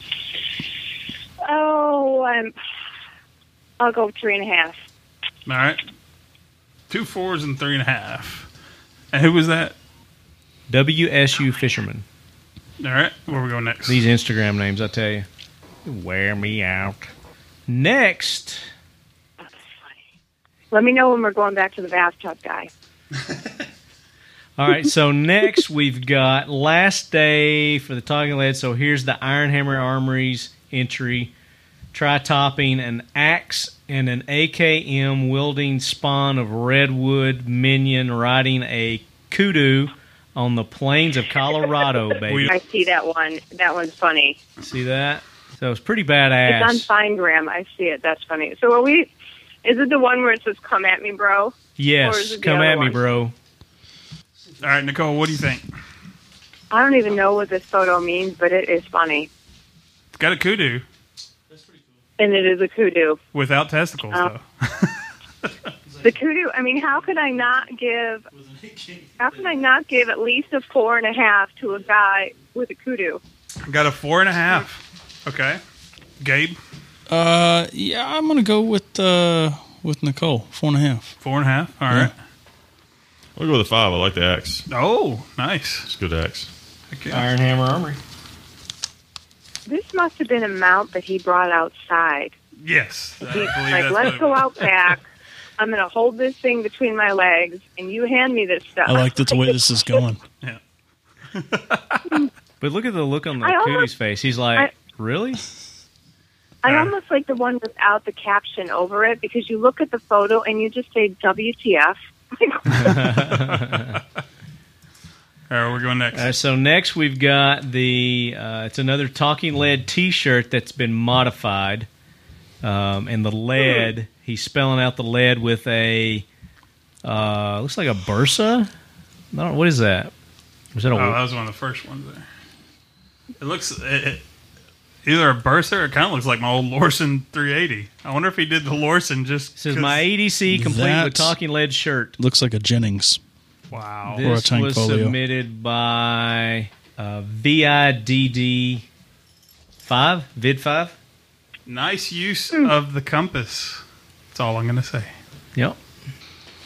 Oh, um, I'll go three and a half.
All right. Two fours and three and a half. And who was that?
WSU fisherman.
All right. Where we going next?
These Instagram names, I tell you, wear me out. Next,
Let me know when we're going back to the bathtub guy.
all right. So next we've got last day for the Talking Lead. So here's the Iron Hammer Armories entry. Try topping an axe and an AKM wielding spawn of redwood minion riding a kudu on the plains of Colorado, baby.
I see that one. That one's funny.
See that? So it's pretty badass.
It's on Finegram. I see it. That's funny. So are we? Is it the one where it says "Come at me, bro"? Or is
yes,
it the
come
other
at me,
one?
bro.
All right, Nicole. What do you think?
I don't even know what this photo means, but it is funny,
It's got a kudu
and it is a kudu.
without testicles, though.
The kudu. I mean, how could I not give? How can I not give at least a four and a half to a guy with a kudu?
Got a four and a half. Okay. Gabe,
Uh, yeah, I'm gonna go with uh with Nicole four and a half.
four and a half. All right.
I'll go with a five. I like the axe.
Oh, nice.
It's a good axe.
Okay.
Iron Hammer Armory.
This must have been a mount that he brought outside.
Yes. I believe
He's like,
that's what
let's
it
go
was.
out back. I'm going to hold this thing between my legs, and you hand me this stuff.
I like that the way this is going.
Yeah.
But look at the look on the
I
kudu's
almost-
face. He's like,
I-
really?
I
Uh.
almost like the one without the caption over it because you look at the photo and you just say WTF.
All right, we're going next.
Uh, so next we've got the uh, it's another talking lead T-shirt that's been modified, um, and the lead he's spelling out the lead with a uh, looks like a bursa. I don't, what is that? Was that a
Uh,
Oh, that was one of the first ones there. It looks it, it- either a Bursa or it kind of looks like my old Lorson 380. I wonder if he did the Lorson just.
it says
'cause-
my ADC complete with
That's-
talking lead shirt.
Looks like a Jennings.
Wow.
Or a
This
tank
was
folio.
submitted by uh, VIDD five vid five.
nice use
Hmm.
of the compass. That's all I'm going to say.
Yep.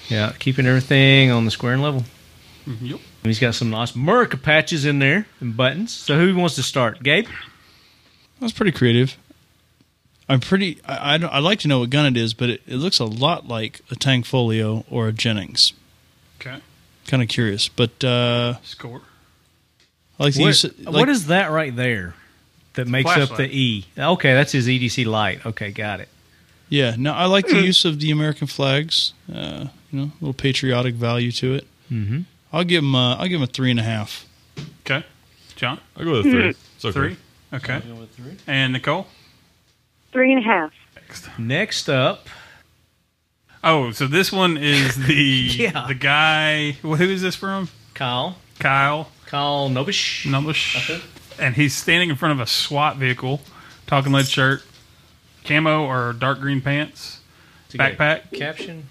Yeah, keeping everything on the square and level.
Mm-hmm. Yep.
He's got some nice Merca patches in there and buttons. So who wants to start? Gabe?
That's pretty creative. I'm pretty. I, I don't- I'd like to know what gun it is, but it, it looks a lot like a Tang Folio or a Jennings.
Okay.
Kind of curious, but uh,
Score.
I like the
What-
use. like-
what is that right there that makes up the
flashlight.
E? Okay, that's his EDC light. Okay, got it.
Yeah, no, I like the use of the American flags. Uh, you know, a little patriotic value to it.
Mhm.
I'll give him. A, I'll give him a three and a half.
Okay. John,
I'll go with a three. It's okay.
three. Okay. And Nicole,
Three and a half.
next.
Next up,
Oh, so this one is the
Yeah.
the guy. Well, who is this from?
Kyle.
Kyle
Kyle Nobish.
Nubish.
Okay.
And he's standing in front of a SWAT vehicle, talking lead shirt, camo or dark green pants. Backpack.
Caption.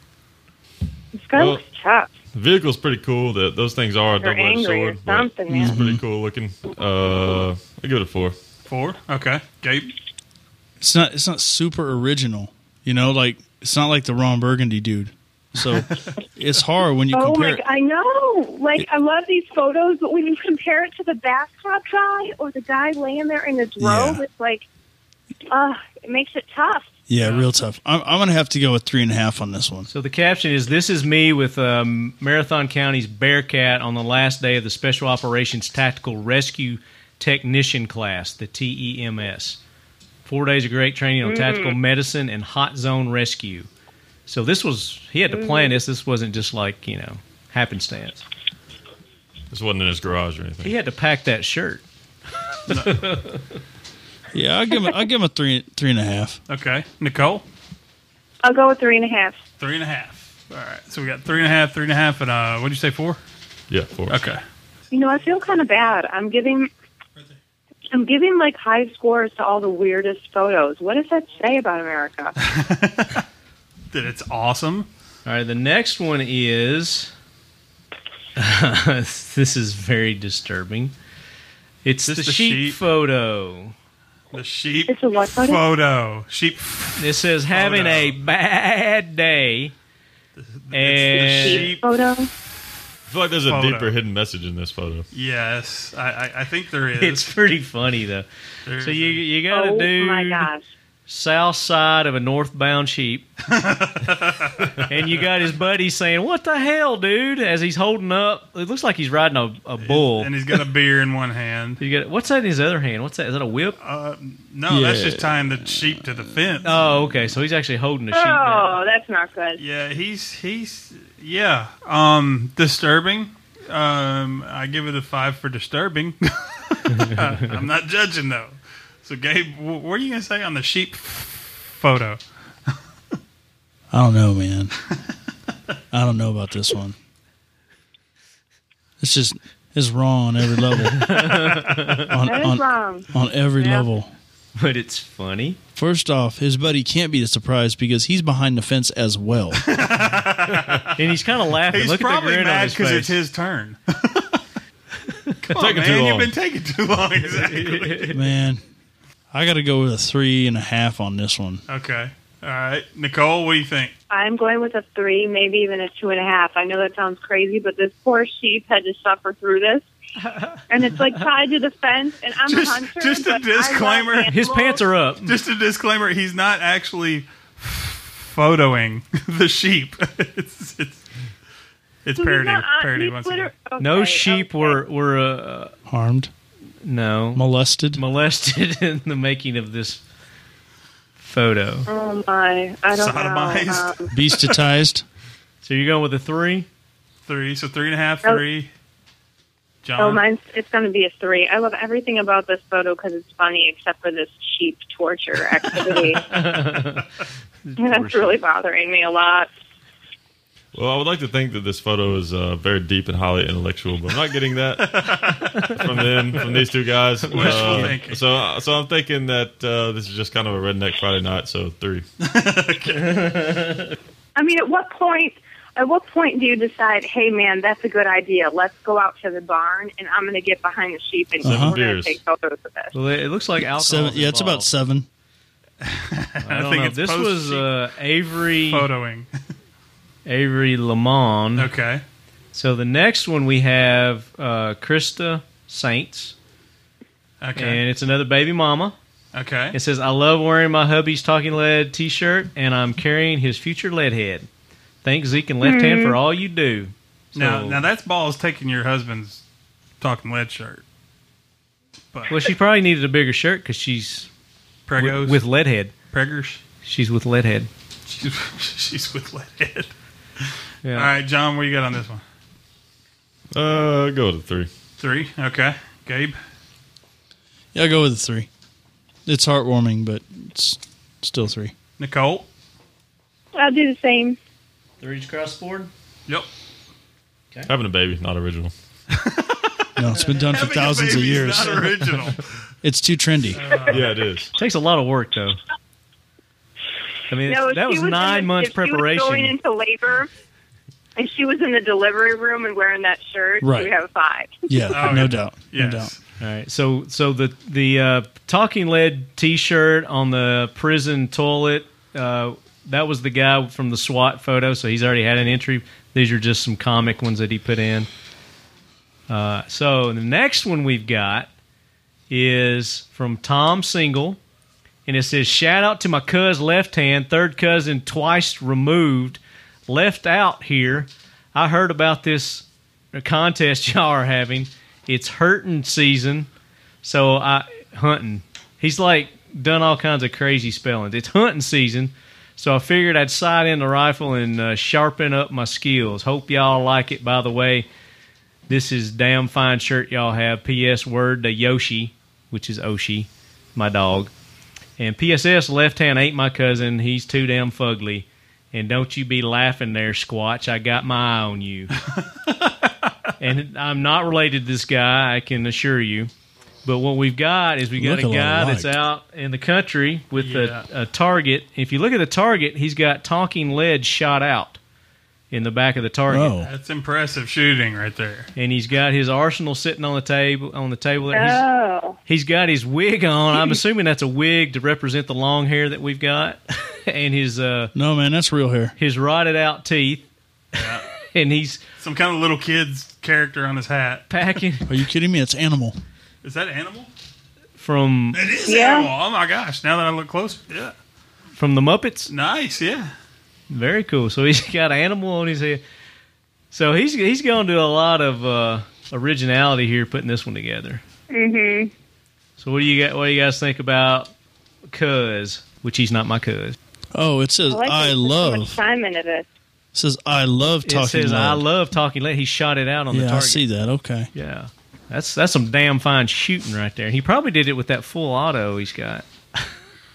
This guy
Well,
looks tough
The vehicle's pretty cool. That those things are a
or
double edged
angry or
sword. but
something, man.
It's pretty cool looking. Uh, I give it a four.
Four. Okay. Gabe.
It's not. It's not super original. You know, like it's not like the Ron Burgundy dude. So it's hard when you
Oh
compare.
my!
it.
God, I know. Like I love these photos, but when you compare it to the bathtub guy or the guy laying there in his
Yeah.
robe, it's like Uh, it makes it tough.
Yeah, real tough. I'm, I'm going to have to go with three and a half on this one.
So the caption is This is me with um, Marathon County's Bearcat on the last day of the Special Operations Tactical Rescue Technician class, the TEMS. Four days of great training on tactical
Mm.
medicine and hot zone rescue. So this was, he had to
Mm.
plan this. This wasn't just like, you know, happenstance.
This wasn't in his garage or anything.
He had to pack that shirt.
Yeah, I'll give him, I'll give him a three, three and a half.
Okay, Nicole,
I'll go with three and a half.
three and a half. All right, so we got three and a half, three and a half, and uh, what did you say, four?
Yeah, four.
Okay,
You know, I feel kind of bad. I'm giving, I'm giving like high scores to all the weirdest photos. What does that say about America?
that it's awesome.
All right, the next one is. this is very disturbing. It's the,
This the
sheep,
sheep?
photo.
The sheep
It's a what photo?
photo. Sheep.
It says having
Photo.
a bad day. And
sheep.
photo.
I feel like there's a
Photo.
deeper hidden message in this photo.
Yes, I, I, I think there is.
it's pretty funny though.
There's
So you
a-
you got a
Oh
dude
my gosh!
south side of a northbound sheep, and you got his buddy saying, "What the hell, dude?" As he's holding up, it looks like he's riding a, a bull.
and he's got a beer in one hand.
you got what's that in his other hand? What's that? Is that a whip?
No, that's just tying the sheep to the fence.
Oh, okay. So he's actually holding a sheep.
Oh, that's not good.
Yeah, he's he's yeah. Um, disturbing. Um, I give it a five for disturbing. I'm not judging though. So Gabe, wh- what are you gonna say on the sheep photo?
I don't know, man. I don't know about this one. It's just it's wrong on every level. on,
That
on,
is wrong.
on every
Yeah.
level.
But it's funny.
First off, his buddy can't be surprised because he's behind the fence as well.
And he's kind of laughing.
He's
Look at the
probably
grin on
mad
his
because
face.
it's his turn. Come on,
Taking too
man,
long.
you've been taking too long. Exactly.
man, I got to go with a three and a half on this one.
okay. All right, Nicole, what do you think?
I'm going with a three, maybe even a two and a half. I know that sounds crazy, but this poor sheep had to suffer through this. And it's like tied to the fence, and I'm
Just-
a hunter.
just a
but I love
disclaimer. His
his
animals.
pants are up.
Just a disclaimer: he's not actually photoing the sheep. it's it's it's parody.
He's not-
Parody
he's
once
liter-
again.
okay,
No sheep
okay.
were were uh,
Harmed,
no
molested.
molested in the making of this photo.
Oh my! I don't know.
Sodomized.
Um,
Beastitized.
So you're going with a three?
Three, so three and a half,
Oh.
three.
Uh-huh.
John,
oh, mine's it's going to be a three. I love everything about this photo because it's funny, except for this sheep torture activity. That's really bothering me a lot.
Well, I would like to think that this photo is uh, very deep and highly intellectual, but I'm not getting that from them, from these two guys. Uh,
thinking.
so, so I'm thinking that uh, this is just kind of a redneck Friday night. So three.
I mean, at what point? At what point do you decide, hey man, that's a good idea. Let's go out to the barn, and I'm going to get behind the sheep and
Seven
we're going to
beers.
take photos of this.
Well, it it looks like alcohol.
Seven. Yeah, it's about seven.
I don't
think
know.
it's
This
post
was
sheep
uh, Avery
photoing.
Avery Lamont.
Okay.
So the next one we have uh, Krista Saints, and
Okay.
it's another baby mama.
okay.
It says, "I love wearing my hubby's talking lead T-shirt, and I'm carrying his future lead head. Thanks Zeke and Left Hand for all you do." So,
Hmm. now, now that's balls taking your husband's talking lead shirt. But
well, she probably needed a bigger shirt because she's
Pregos
with, with Leadhead.
Preggers.
She's with Leadhead.
She's, she's with leadhead.
Yeah.
All right, John, what you got on this one?
Uh, go to three.
Three. Okay. Gabe.
Yeah, I'll go with a three. It's heartwarming, but it's still three.
Nicole.
I'll do the same.
Three's across the board.
Yep.
Having a baby, not original.
No, it's been done for thousands of years.
Not original.
It's too trendy.
Oh,
Uh.
yeah, it is.
Takes a lot of work though. I mean,
No, if
that
she
was
in
nine
the-
months
if she was going
preparation.
into labor, and she was in the delivery room and wearing that shirt.
Right.
We have a five.
Yeah,
Oh,
no
yeah.
doubt.
yes.
No doubt.
All right, so so the the uh, talking lead T-shirt on the prison toilet. Uh, that was the guy from the SWAT photo, so he's already had an entry. These are just some comic ones that he put in. Uh, so the next one we've got is from Tom Single. and it says, "Shout out to my cuz left hand, third cousin twice removed, left out here. I heard about this contest y'all are having. It's hurting season, so I hunting. He's like done all kinds of crazy spellings. It's hunting season." So I figured I'd side in the rifle and uh, sharpen up my skills. Hope y'all like it. By the way, this is damn fine shirt y'all have. P.S. Word to Yoshi, which is Oshi, my dog. And P.S.S. Left hand ain't my cousin. He's too damn fugly. And don't you be laughing there, Squatch. I got my eye on you. and I'm not related to this guy. I can assure you. But what we've got is we got
Look
a
a
guy
lot
that's
alike.
out in the country with
Yeah.
a, a target. If you look at the target, he's got talking lead shot out in the back of the target
Oh,
That's impressive shooting right there.
and he's got his arsenal sitting on the table on the table there. He's,
Oh,
he's got his wig on. I'm assuming that's a wig to represent the long hair that we've got, and his uh,
no, man, that's real hair.
his rotted out teeth. and he's
Some kind of little kid's character on his hat.
packing
Are you kidding me? It's animal.
Is that animal?
from
It is
Yeah.
animal. Oh my gosh! Now that I look closer, yeah,
from the Muppets.
nice. Yeah,
Very cool. So he's got animal on his head. So he's he's going to do a lot of uh, originality here putting this one together.
mm-hmm.
So what do you got? What do you guys think about Cuz? Which he's not my cuz.
Oh, it says
I,
I,
like that you put So much
love.
time into this.
It says I love
It
talking.
says
lead.
I love talking. lead." He shot it out on
Yeah,
the
I
target.
see that. Okay.
Yeah. That's that's some damn fine shooting right there. He probably did it with that full auto he's got.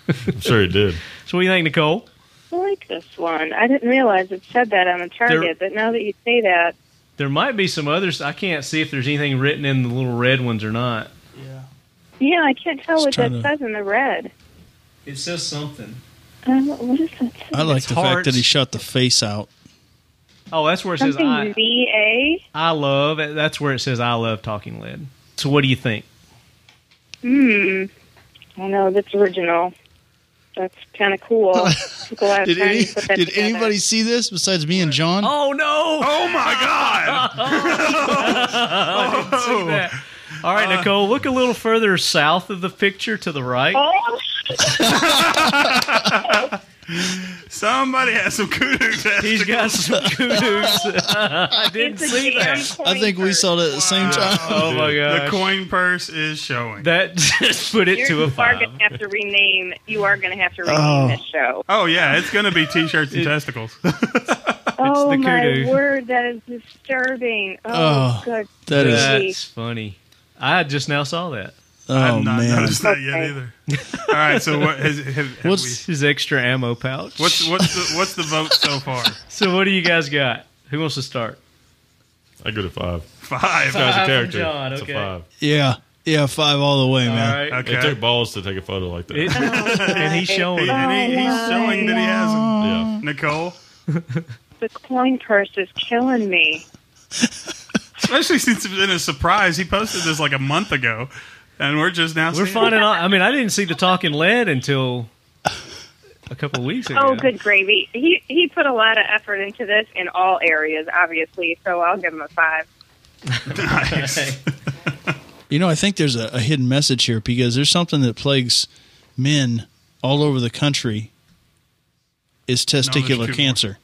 I'm sure he did.
So what do you think, Nicole?
I like this one. I didn't realize it said that on the target, but now that you say that,
There might be some others. I can't see if there's anything written in the little red ones or not.
yeah, I can't tell what
Just
that
trying to-
says in the red.
It says something.
Um, what is that? say?
I like
It's
the
hearts.
fact that he shot the face out.
Oh, that's where it says
Something
I,
V A.
I love. That's where it says I love talking lead. So what do you think?
Hmm. I know that's original. That's kind of cool. Took a lot of
Did,
time
any,
to put that
did
together.
anybody see this besides me and John?
Oh no!
Oh my god!
See that? All right, Nicole, look a little further south of the picture to the right.
Oh,
Somebody has some kudu test.
He's got some kudos. I didn't
it's a
see
damn
that.
coin
I think we
purse.
saw that at the same time.
Oh my
The
god!
coin purse is showing.
That just put it
You're,
to a
you are
five.
going to have to rename. You are going to have to rename
Oh.
this show.
oh yeah, it's gonna be t-shirts and
It-
testicles.
oh
the
my
kudu.
word, that is disturbing.
Oh,
Oh, good.
that is-
grief.
That's funny. I just now saw that.
Oh
I've not
man,
noticed that yet
Okay.
either. All right, so what has, have, have
What's-
what's
His extra ammo pouch.
we, what's what's the, what's the vote so far?
so? What do you guys got? Who wants to start?
I go to five.
Five.
Guy's
Five
a
from
character.
John,
It's
okay.
a five.
yeah, yeah, five all the way,
All
man.
right.
Okay.
It took balls to take a photo like that.
It- and he's showing. it.
And he, he's showing that he has them.
yeah.
Nicole,
The coin purse is killing me.
especially since it was in a surprise, he posted this like a month ago, and we're just now.
We're
seeing it.
finding out. I mean, I didn't see the talking lead until a couple of weeks ago.
Oh, good gravy. He he put a lot of effort into this in all areas, obviously. So I'll give him a five.
Nice.
You know, I think there's a, a hidden message here because there's something that plagues men all over the country is testicular
two
cancer.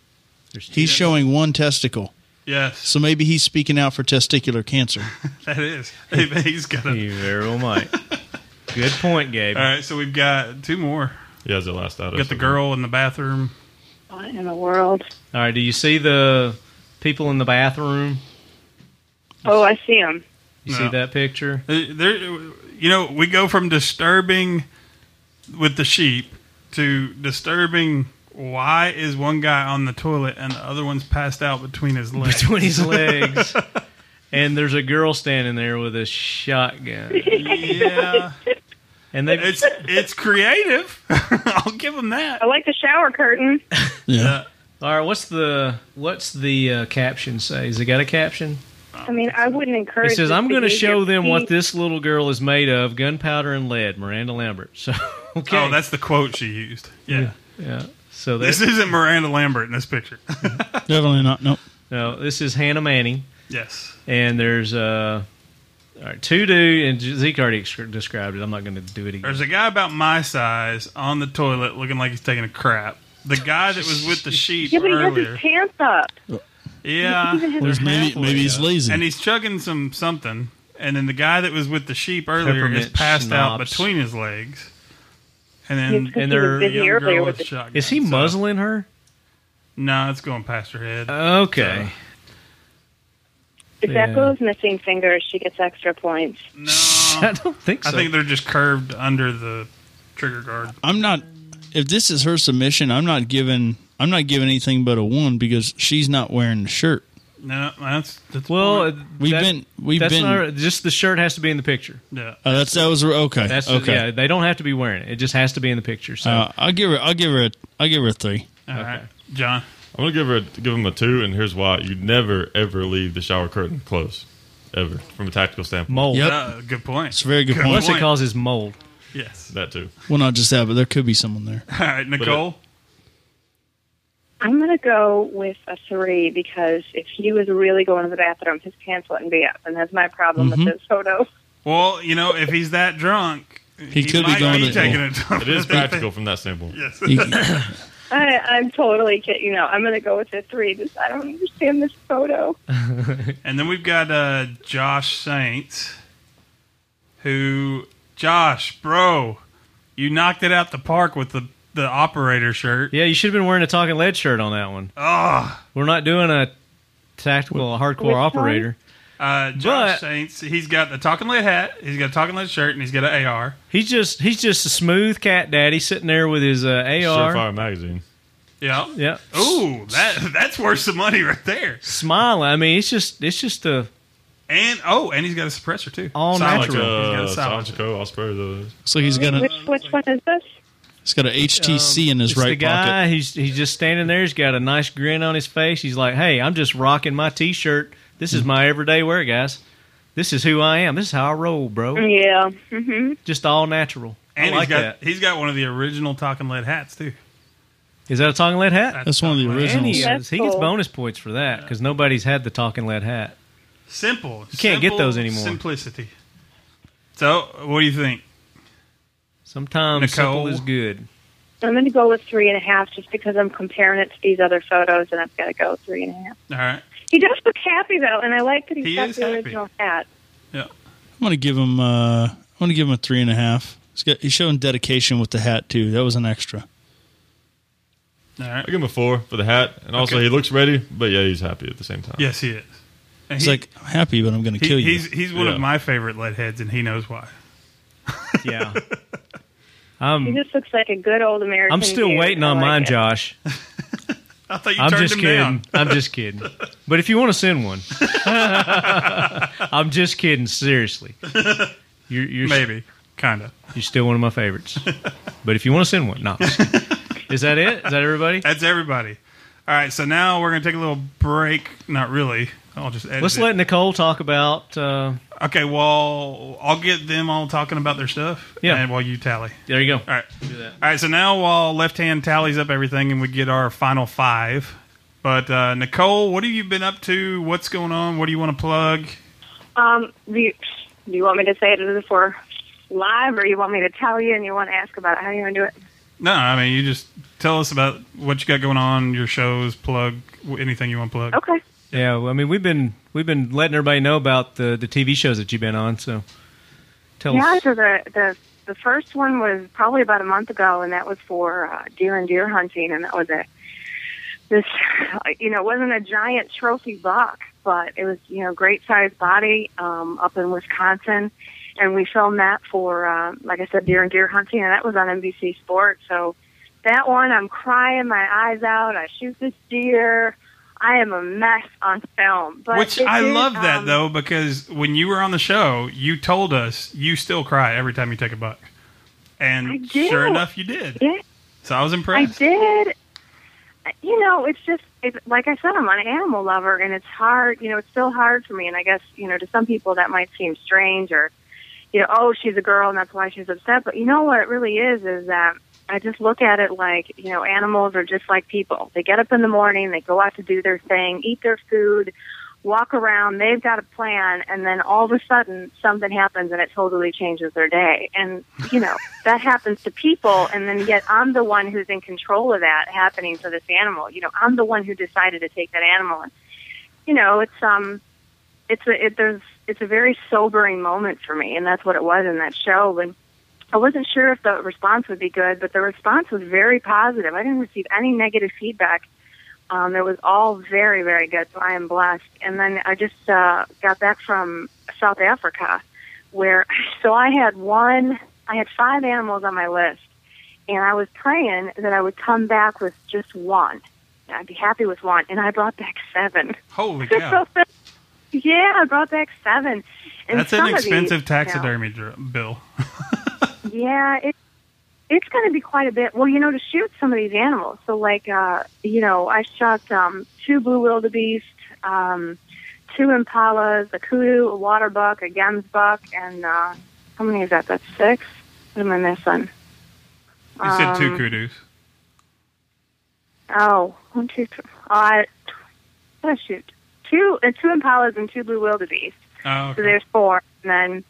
There's two.
He's showing one testicle,
Yes,
so maybe he's speaking out for testicular cancer.
that is. He's got a.
You very well might. Good point, Gabe.
All right, so we've got two more.
Yeah, it's the last out.
Got the girl in the bathroom.
What in the world?
All right. Do you see the people in the bathroom?
Oh, I see him.
You
No.
see that picture?
Uh, There, you know, we go from disturbing with the sheep to disturbing. Why is one guy on the toilet and the other one's passed out between his legs?
Between his legs. And there's a girl standing there with a shotgun.
yeah,
And they
it's it's creative. I'll give him that.
I like the shower curtain.
Yeah,
All right, what's the what's the uh, caption say? Has it got a caption?
I mean, I wouldn't encourage.
It says, "I'm going to
to
show them what this little girl is made of: gunpowder and lead." Miranda Lambert. So, okay,
Oh, that's the quote she used. Yeah,
yeah. So
this
that's
isn't Miranda Lambert in this picture.
definitely not. Nope.
no. This is Hannah Manning,
yes,
and there's uh, All right, two do and Zeke already ex- described it. I'm not going to do it again.
There's a guy about my size on the toilet looking like he's taking a crap. The guy that was with the sheep
Yeah, but he has
earlier.
his pants up.
yeah.
He even
they're
has his
Maybe,
halfway
maybe he's
up.
lazy.
And he's chugging some something. And then the guy that was with the sheep earlier is
Peppermint
passed out
schnapps.
between his legs.
Yes,
And
'cause
then
and
he
they're-
was
the
busy
young
earlier
girl
with
with
the.
a shotgun.
Is he
so-
muzzling her?
No, it's going past her head.
Uh, Okay.
If that
Yeah.
goes missing fingers, she gets extra points.
no.
I don't think so.
I think they're just curved under the trigger guard.
I'm not. If this is her submission, I'm not giving. I'm not giving anything but a one because she's not wearing the shirt.
No, that's, that's
well, uh,
We've
that-
been. We've
that's
been.
not- just the shirt has to be in the picture.
yeah.
oh, that's that was okay.
That's
okay.
yeah. They don't have to be wearing it. It just has to be in the picture. So
Uh, I'll give her. I'll give her. A, I'll give her a three.
All right, John.
I'm gonna give her a, give him a two, and here's why: you never ever leave the shower curtain closed, ever from a tactical standpoint.
mold.
Yep.
Uh, good point.
It's a very good point.
Unless it
point.
causes mold.
Yes.
That too.
Well, not just that, but there could be someone there.
All right, Nicole.
I'm going to go with a three because if he was really going to the bathroom, his pants wouldn't be up, and that's my problem
Mm-hmm.
with this photo.
Well, you know, if he's that drunk, he,
could be
might
going to-
taking it.
It is practical from that standpoint.
yes.
You-
I, I'm totally kidding. You know, I'm going to go with a three. Just I don't understand this photo.
And then we've got uh, Josh Saints, who Josh, bro, you knocked it out the park with the the operator shirt.
Yeah, you should have been wearing a talking lead shirt on that one.
Ah,
We're not doing a tactical hardcore
Which one?
operator.
uh, Josh
But-
Saints. He's got the talking lead hat. He's got a talking lead shirt, and he's got an AR.
He's just he's just a smooth cat daddy sitting there with his uh, AR.
Surefire magazine.
Yeah.
Yeah,
Ooh, that that's worth some money right there.
smiling. I mean, it's just it's just a um,
And oh, and he's got a suppressor too.
All
Silencer.
Like,
natural.
He's got
uh,
a silencer.
Sonoco, I'll spray those.
Looks like he's got
Uh,
a.
Which which one is this?
He's got a HTC in his
it's the
right pocket.
guy. He's he's just standing there. He's got a nice grin on his face. He's like, "Hey, I'm just rocking my t-shirt. This
Mm-hmm.
is my everyday wear, guys. This is who I am. This is how I roll, bro.
Yeah. hmm
Just all natural.
And
I like
he's got
that.
he's got one of the original talking lead hats too.
Is that a talking lead hat?
That's one of the
Talking Lead.
original-
And he,
That's
is. he gets
cool.
bonus points for that because nobody's had the talking lead hat.
Simple. You
can't get those anymore.
Simplicity. So, what do you think?
Sometimes
Nicole.
simple is good.
I'm going to go with three and a half just because I'm comparing it to these other photos, and I've got to go three and a half.
All right.
He does look happy though, and I like that he's
He
got
is
the
happy.
original hat.
I'm gonna give him. Uh, I'm gonna give him a three and a half. He's, got, he's showing dedication with the hat too. That was an extra.
All
I
right.
give him a four for the hat, and also
Okay.
he looks ready, but yeah, he's happy at the same time.
Yes, he is. And
He's
he-
like, I'm happy, but I'm gonna
he-
kill you.
he's he's one
Yeah.
of my favorite lead heads, and he knows why.
Yeah.
He
I'm
just looks like a good old American.
Um, I'm still
dude.
waiting
I
on
like
mine,
it.
Josh.
I thought you
I'm
turned
just
him
kidding.
down.
I'm just kidding. But if you want to send one, I'm just kidding. Seriously, you're, you're
Maybe, kind of.
You're still one of my favorites. But if you want to send one, no. Is that it? Is that everybody?
That's everybody. All right. So now we're gonna take a little break. Not really. I'll just edit
Let's
it.
let Nicole talk about. Uh,
Okay. Well, I'll get them all talking about their stuff.
Yeah.
And while you tally.
there you go.
All right.
Do that.
All right, so now while left hand tallies up everything and we get our final five. But uh, Nicole, what have you been up to? What's going on? What do you want to plug?
Um, do you, do you want me to say it as if we're live, or you want me to tell you and you want to ask about it? How do you want to do it?
No, I mean you just tell us about what you got going on, your shows, plug w- anything you want to plug.
Okay.
Yeah, well, I mean we've been we've been letting everybody know about the the TV shows that you've been on. So tell
Yeah.
us.
So the the the first one was probably about a month ago, and that was for uh, deer and deer hunting, and that was a this you know it wasn't a giant trophy buck, but it was you know great sized body um, up in Wisconsin, and we filmed that for uh, like I said deer and deer hunting, and that was on NBC Sports. So that one, I'm crying my eyes out. I shoot this deer. I am a mess on film, but
Which
it
I
did,
love that
um,
though because when you were on the show, you told us you still cry every time you take a buck,
I
and
do.
sure enough, you did.
Yeah.
So I was
I
impressed.
did. You know, it's just it's like I said, I'm an animal lover, and it's hard. You know, it's still hard for me, and I guess you know to some people that might seem strange, or you know, oh, she's a girl, and that's why she's upset. But you know what it really is is that I just look at it like you know, animals are just like people. They get up in the morning, they go out to do their thing, eat their food, walk around, they've got a plan, and then all of a sudden something happens and it totally changes their day. And, you know, that happens to people, and then yet I'm the one who's in control of that happening to this animal. You know, I'm the one who decided to take that animal. And, you know, it's, um, it's a, it, there's, it's a very sobering moment for me, and that's what it was in that show. And I wasn't sure if the response would be good, but the response was very positive. I didn't receive any negative feedback. Um, it was all very, very good. So I am blessed. And then I just uh, got back from South Africa, where so I had one, I had five animals on my list, and I was praying that I would come back with just one. And I'd be happy with one, and I brought back seven.
Holy cow!
yeah, I brought back seven. And
That's
some
an
of these,
expensive
you know,
taxidermy dr- bill.
yeah, it, it's going to be quite a bit. Well, you know, to shoot some of these animals. So, like, uh, you know, I shot um, two blue wildebeest, um, two impalas, a kudu, a water buck, a gemsbuck, and uh, how many is that? That's six. What am I missing?
You said two
Um,
kudos.
Oh, one, two, three. Uh, oh, shoot. Two, uh, two impalas and two blue wildebeest.
Oh,
So
okay.
there's four, and then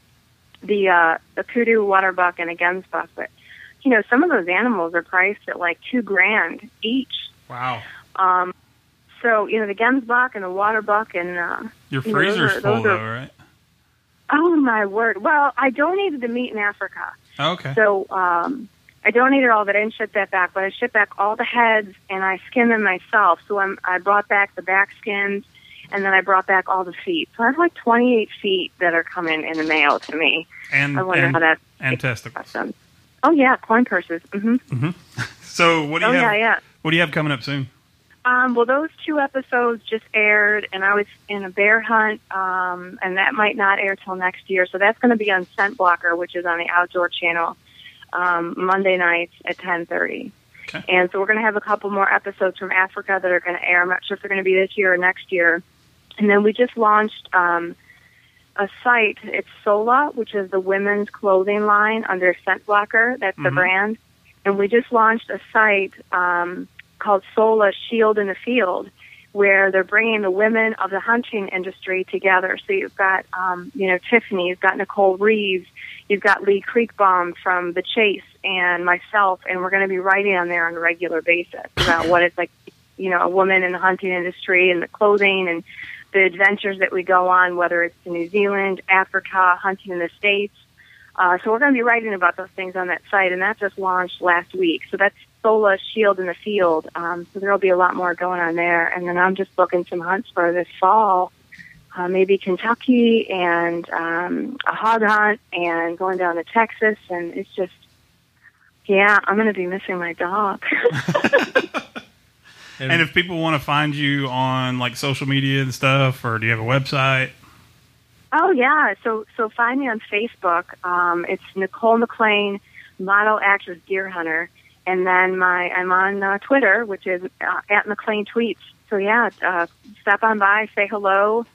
the uh, the kudu, water buck, and a gens buck. But you know, some of those animals are priced at like two grand each.
Wow,
Um, so you know, the gens buck and the water buck, and uh,
your
you know, those
freezer's
are-
full
those are-
though, right?
oh my word! Well, I donated the meat in Africa,
Oh, okay.
so um, I donated all that. I didn't ship that back, but I shipped back all the heads, and I skinned them myself. So I'm, I brought back the back skins. And then I brought back all the feet. So I have like 28 feet that are coming in the mail to me.
and
I wonder
and,
how that
and testicles.
Awesome. Oh yeah, coin purses. hmm
So what do
Oh
you
yeah,
have?
yeah.
What do you have coming up soon?
Um, well, those two episodes just aired, and I was in a bear hunt, um, and that might not air till next year. So that's going to be on Scent Blocker, which is on the Outdoor Channel, um, Monday nights at ten thirty.
Okay.
And so we're going to have a couple more episodes from Africa that are going to air. I'm not sure if they're going to be this year or next year. And then we just launched um, a site. It's Sola, which is the women's clothing line under Scent Blocker. That's the
Mhm.
brand. And we just launched a site um, called Sola Shield in the Field, where they're bringing the women of the hunting industry together. So you've got, um, you know, Tiffany, you've got Nicole Reeves, you've got Lee Creekbaum from The Chase, and myself, and we're going to be writing on there on a regular basis about what it's like, you know, a woman in the hunting industry and the clothing and the adventures that we go on, whether it's to New Zealand, Africa, hunting in the States. Uh, so we're going to be writing about those things on that site, and that just launched last week. So that's Sola Shield in the Field. Um, so there'll be a lot more going on there. And then I'm just booking some hunts for this fall, uh, maybe Kentucky and um, a hog hunt, and going down to Texas. And it's just, yeah, I'm going to be missing my dog.
And, if people want to find you on like social media and stuff, or do you have a website?
Oh yeah, so so find me on Facebook. Um, it's Nicole McLean, model actress deer hunter, and then my I'm on uh, Twitter, which is uh, at McLean tweets. So yeah, uh, stop on by, say hello,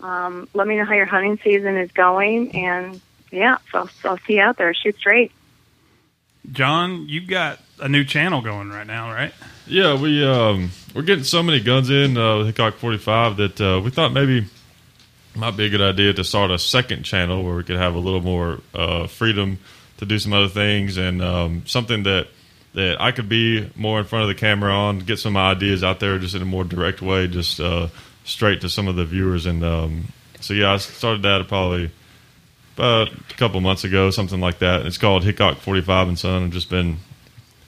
um, let me know how your hunting season is going, and yeah, so I'll, I'll see you out there. Shoot straight.
John, you've got a new channel going right now, right?
Yeah, we um, we're getting so many guns in uh, with Hickok 45 that uh, we thought maybe it might be a good idea to start a second channel where we could have a little more uh, freedom to do some other things and um, something that that I could be more in front of the camera on, get some ideas out there just in a more direct way, just uh, straight to some of the viewers. And um, so yeah, I started that probably about a couple months ago, something like that. It's called Hickok 45 and Son. I've just been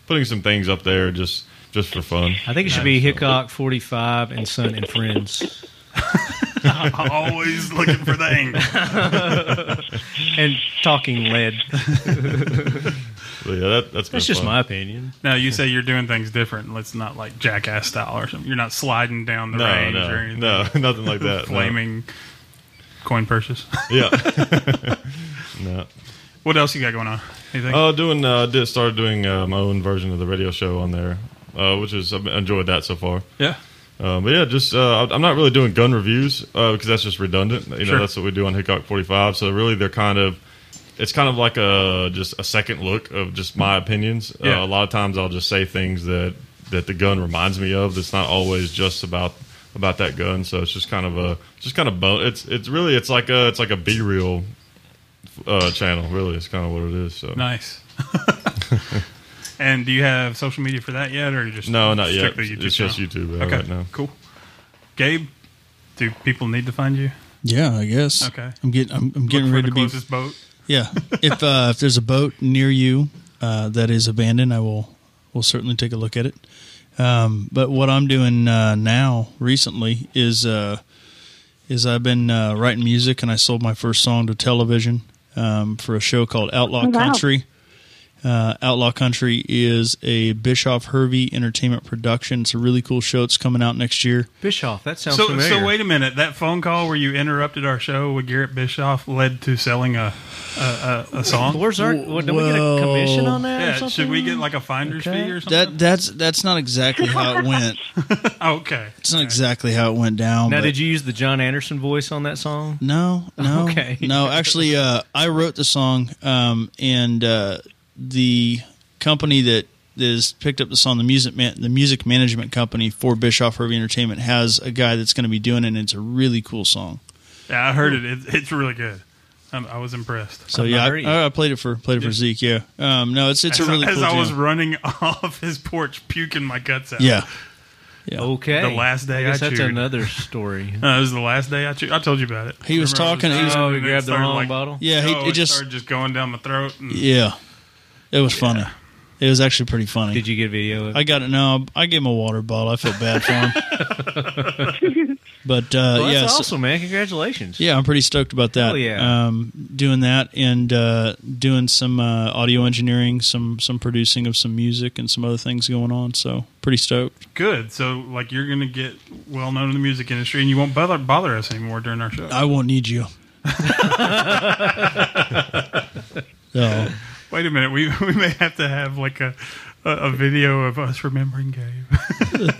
putting some things up there just just for fun.
I think it should be Hickok 45 and Son and Friends.
Always looking for the angle.
And Talking Lead.
But yeah, that, that's been
That's just
fun.
my opinion.
Now you say you're doing things different. Let's not like jackass style or something. You're not sliding down the
no,
range or
no,
anything.
no, nothing like that. no.
Flaming coin purses.
Yeah. no.
what else you got going on? Anything?
Uh, doing uh, did started doing uh, my own version of the radio show on there, uh, which is I've enjoyed that so far.
yeah.
Uh, but yeah, just uh, I'm not really doing gun reviews uh, because that's just redundant. You know,
Sure.
that's what we do on Hickok 45. So really, they're kind of it's kind of like a just a second look of just my opinions.
Mm-hmm. Yeah.
Uh, a lot of times, I'll just say things that that the gun reminds me of. That's not always just about about that gun. So it's just kind of a just kind of bon- it's it's really it's like a it's like a B reel uh, channel. Really, it's kind of what it is. So
Nice. and do you have social media for that yet, or are you just
no, not yet.
strictly YouTube
it's just
channel?
YouTube uh,
Okay,
right now.
cool. Gabe, do people need to find you?
Yeah, I guess.
Okay.
I'm getting I'm, I'm getting
Look for the
ready to be
closest boat.
Yeah. If uh, if there's a boat near you uh, that is abandoned, I will will certainly take a look at it. Um, but what I'm doing uh, now recently is uh, is I've been uh, writing music, and I sold my first song to television um, for a show called Outlaw
Oh, wow.
Country. Uh, Outlaw Country is a Bischoff Hervey Entertainment production. It's a really cool show. It's coming out next year.
Bischoff, that sounds
So,
familiar.
so wait a minute. That phone call where you interrupted our show with Garrett Bischoff led to selling a a, a, a song.
Where's our? Well, did we get a
Well-
commission on that? or
Yeah,
something?
should we get like a finder's
Okay.
fee or something? Oh,
That that's that's not exactly how it went.
okay.
It's not exactly how it went down.
Now,
but-
did you use the John Anderson voice on that song?
No, no,
Okay.
no. Actually, uh, I wrote the song, um, and uh, the company that is picked up the song, the music man, the music management company for Bischoff Hervey Entertainment, has a guy that's going to be doing it. and It's a really cool song.
Yeah, I heard it. it it's really good. I'm, I was impressed.
So
I've
yeah,
not
I,
heard it
I- I played it for played it for Zeke. Yeah, um, no, it's it's a
As,
really
as
cool
I was
jam.
running off his porch, puking my guts out.
yeah, yeah.
Okay,
The last day
I guess
I
that's
chewed.
another story.
No, Uh, it was the last day I chewed. I told you about it.
He was talking- he was-
oh,
we
you grabbed the wrong bottle.
yeah. He, it just
started just going down my throat. And,
yeah, it was funny. It was actually pretty funny.
Did you get a video? Of it?
I uh, got it. No, I gave him a water bottle. I feel bad for him. but uh,
well, that's
yeah, so-
awesome, man! Congratulations.
Yeah, I'm pretty stoked about that.
Hell yeah.
Um, doing that and uh, doing some uh, audio engineering, some some producing of some music, and some other things going on. So pretty stoked.
Good. So, like, you're going to get well known in the music industry, and you won't bother bother us anymore during our show.
I won't need you. so,
Wait a minute. We we may have to have like a a, a video of us remembering Gabe.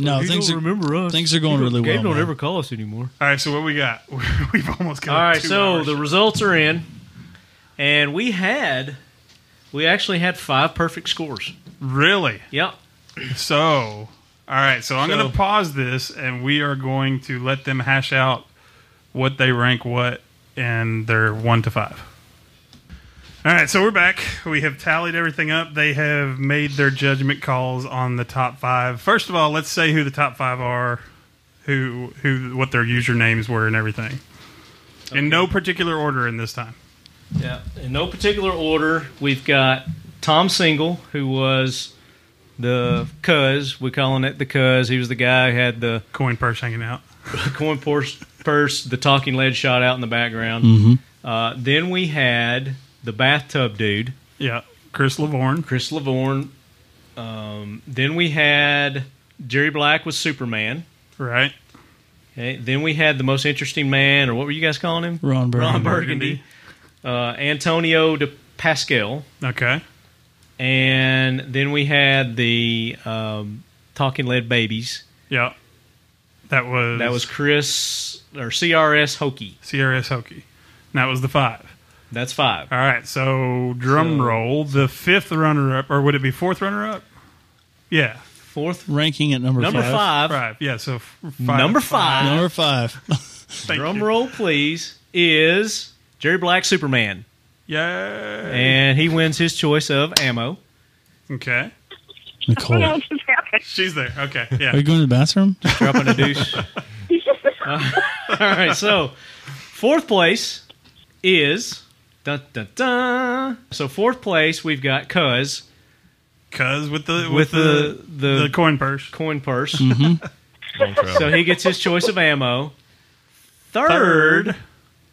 no,
You
things
don't
are,
remember us.
things are going
You
really
Gabe
well,
don't
man.
ever call us anymore.
All right. So what we got? We've almost got.
All right,
two
so
hours.
the results are in, and we had, we actually had five perfect scores.
really.
Yep.
So, all right. So I'm
So-
going to pause this, and we are going to let them hash out what they rank what in their one to five. All right, so we're back. We have tallied everything up. They have made their judgment calls on the top five. First of all, let's say who the top five are, who who what their usernames were, and everything. In no particular order in this time.
Yeah. In no particular order, we've got Tom Single, who was the cuz. We're calling it the cuz. He was the guy who had the
Coin purse hanging out.
coin purse, purse the talking lead shot out in the background. Uh, then we had the bathtub dude,
Yeah, Chris Lavorne.
Chris Lavorne. Um, then we had Jerry Black was Superman.
Right.
Okay. Then we had the most interesting man, or what were you guys calling him?
Ron Burgundy.
Ron Burgundy. Uh, Antonio de Pascal.
Okay.
And then we had the um, Talking Lead Babies.
Yeah. That was
That was Chris or CRS Hokey.
CRS Hokie. And that was the five.
That's five.
All right, so drum
So-
roll. The fifth runner up, or would it be fourth runner up? Yeah,
Fourth,
ranking at number,
number five.
right. Yeah, so f- five.
Number five.
Number five.
Thank
Drum
you.
roll, please. Is Jerry Black Superman,
Yay.
and he wins his choice of ammo.
okay.
What
Nicole,
else just happened?
She's there. Okay.
are
Yeah.
you going to the bathroom?
Dropping a douche.
Uh,
All right, so fourth place is dun dun dun. So fourth place we've got Cuz
Cuz with the
with
with,
the
the,
the,
the coin purse.
coin purse.
Long travel.
So he gets his choice of ammo. Third,
Third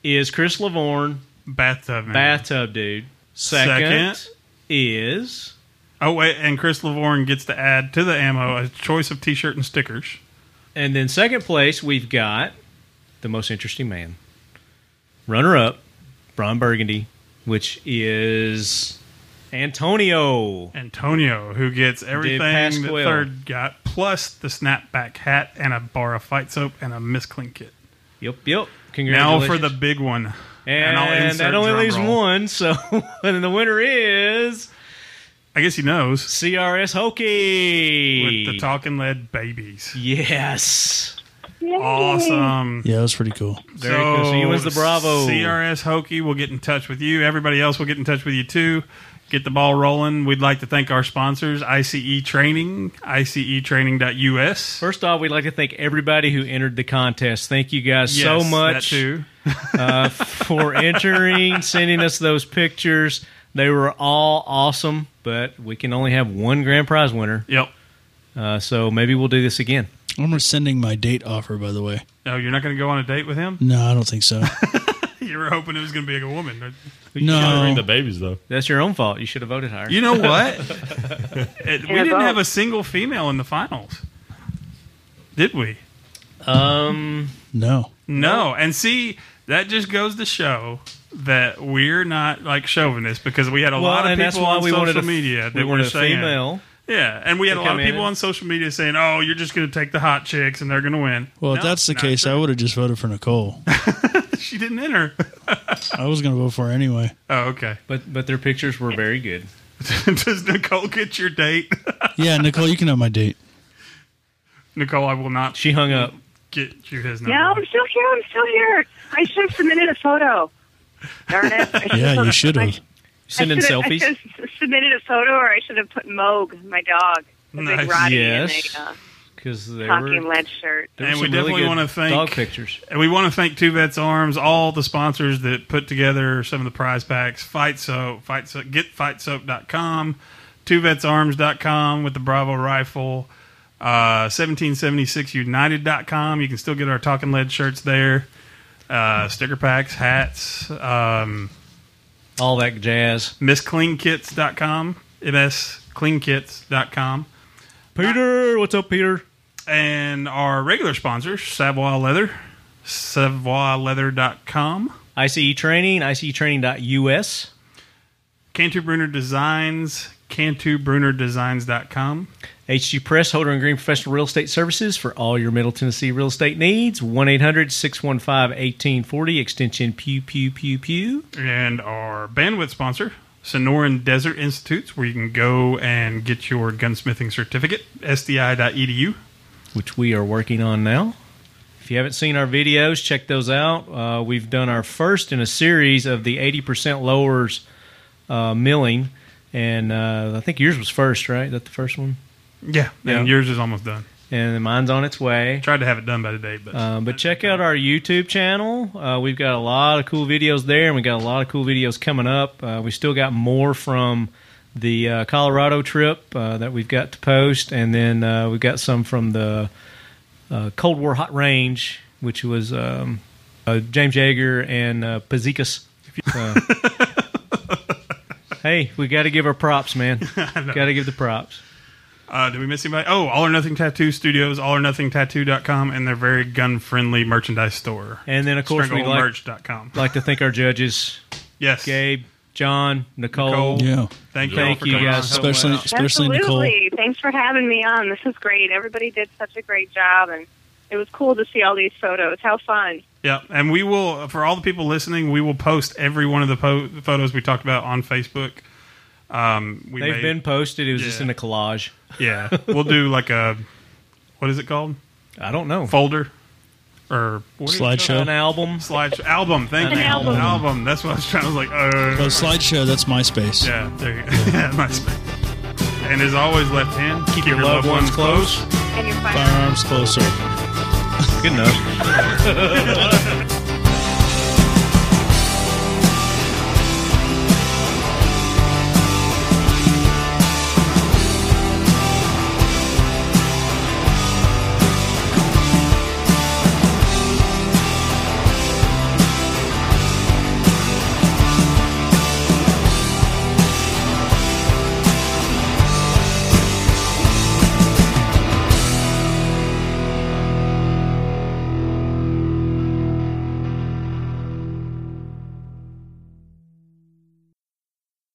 is Chris Lavorne,
bathtub man.
bathtub dude. Second,
Second.
is
Oh wait, and Chris Lavorne gets to add to the ammo a choice of T-shirt and stickers.
and then second place we've got the most interesting man. Runner up, Ron Burgundy, which is Antonio.
Antonio, who gets everything the
Pasquale.
third got, plus the snapback hat and a bar of fight soap and a Miss Clean kit.
Yep, yep.
Now
Congratulations.
for the big one.
and,
I'll insert
that only
drum
leaves
roll.
one. So and the winner is
I guess he knows.
CRS Hokey.
With the talking lead babies.
Yes.
Yay.
Awesome.
Yeah, that was pretty cool.
Very good. So you wins the Bravo.
CRS Hokie will get in touch with you. Everybody else will get in touch with you too. Get the ball rolling. We'd like to thank our sponsors, ICE Training, E ICEtraining.us.
First off, we'd like to thank everybody who entered the contest. Thank you guys so
Yes,
much.
That too.
uh, for entering, sending us those pictures. They were all awesome, but we can only have one grand prize winner.
Yep.
Uh, so maybe we'll do this again.
I'm rescinding my date offer, by the way.
Oh, you're not going to go on a date with him?
No, I don't think so.
You were hoping it was going to be a woman.
Gotta
No.
Bring the babies though.
That's your own fault. You should have voted higher.
You know what? It- we
Yeah,
didn't
both.
have a single female in the finals, did we?
Um,
No.
No. And see, that just goes to show that we're not like chauvinist because we had a
well,
lot of
and
people
that's why
on
we
social
wanted a,
media
we
that were
wanted a
saying,
female.
yeah, and we had
to
a lot
come
of
in
people
and-
on social media saying, "Oh, you're just going to take the hot chicks and they're going to win."
Well, if
No,
that's the
not
case,
true.
I would have just voted for Nicole.
she didn't enter.
I was going to vote for her anyway.
Oh, okay.
But but their pictures were very good.
Does Nicole get your date?
Yeah, Nicole, you can have my date.
Nicole, I will not
She hung up.
get you his
No,
number.
I'm still here. I'm still here. I should have submitted a photo. Darn it. I should've-
Yeah, you should have.
Sending
I should've- I
selfies.
should have submitted a photo, or I should have put Moog, my dog, a
Nice.
big Roddy
Yes.
in a uh,
Because they
talking
were.
lead shirt.
There were
And we
some
definitely
really
wanna
good
thank-
dog pictures.
And we want to thank Two Vets Arms, all the sponsors that put together some of the prize packs. Fight Soap, Fight Soap, getfightsoap.com, twovetsarms.com with the Bravo rifle, uh, 1776united.com. You can still get our Talking Lead shirts there, uh, sticker packs, hats, um,
All that jazz.
misscleankits.com, mscleankits.com,
Peter, what's up, Peter?
and our regular sponsors, Savoy Leather, savoyleather.com.
ICE E Training, ICEtraining.us.
Cantu Bruner Designs, cantubrunerdesigns.com.
HG Press, Holder and Green Professional Real Estate Services for all your Middle Tennessee real estate needs. 1 800 615 1840, extension pew pew pew pew.
And our bandwidth sponsor, Sonoran Desert Institutes, where you can go and get your gunsmithing certificate, sdi.edu.
which we are working on now. If you haven't seen our videos, check those out. Uh, we've done our first in a series of the 80% lowers uh, milling, and uh, I think yours was first, right? Is that the first one?
Yeah.
Yeah.
And yours is almost done.
And mine's on its way.
Tried to have it done by today, but.
Um, but check out our YouTube channel. Uh, we've got a lot of cool videos there, and we got a lot of cool videos coming up. Uh, we still got more from the uh, Colorado trip uh, that we've got to post, and then uh, we've got some from the uh, Cold War Hot Range, which was um, uh, James Yeager and uh, Pazikas. Uh, hey, we got to give our props, man. got to give the props.
Uh, did we miss anybody? Oh, All or Nothing Tattoo Studios, allornothingtattoo.com, and their very gun friendly merchandise store.
And then, of course, we like,
Stranglemerch.com.
like to thank our judges,
Yes.
Gabe, John,
Nicole.
Nicole.
Yeah.
Thank you. all
Thank
for
you
coming
guys
on.
so
Especially
much.
especially
Absolutely.
Nicole.
Thanks for having me on. This is great. Everybody did such a great job, and it was cool to see all these photos. How fun!
Yeah, and we will for all the people listening, we will post every one of the po- photos we talked about on Facebook. Um, we
They've
may-
been posted. It was just
Yeah.
in a collage.
yeah. We'll do like a what is it called
I don't know.
folder or what is it called?
Slideshow.
An album.
slideshow album. Thank
An
you,
album.
album. That's what I was trying. I was like,
Oh,
uh,
slideshow, that's MySpace.
yeah, there you go. yeah, nice. And as always, left hand, keep, your, loved ones close.
And you're fine.
Firearms closer.
Good enough.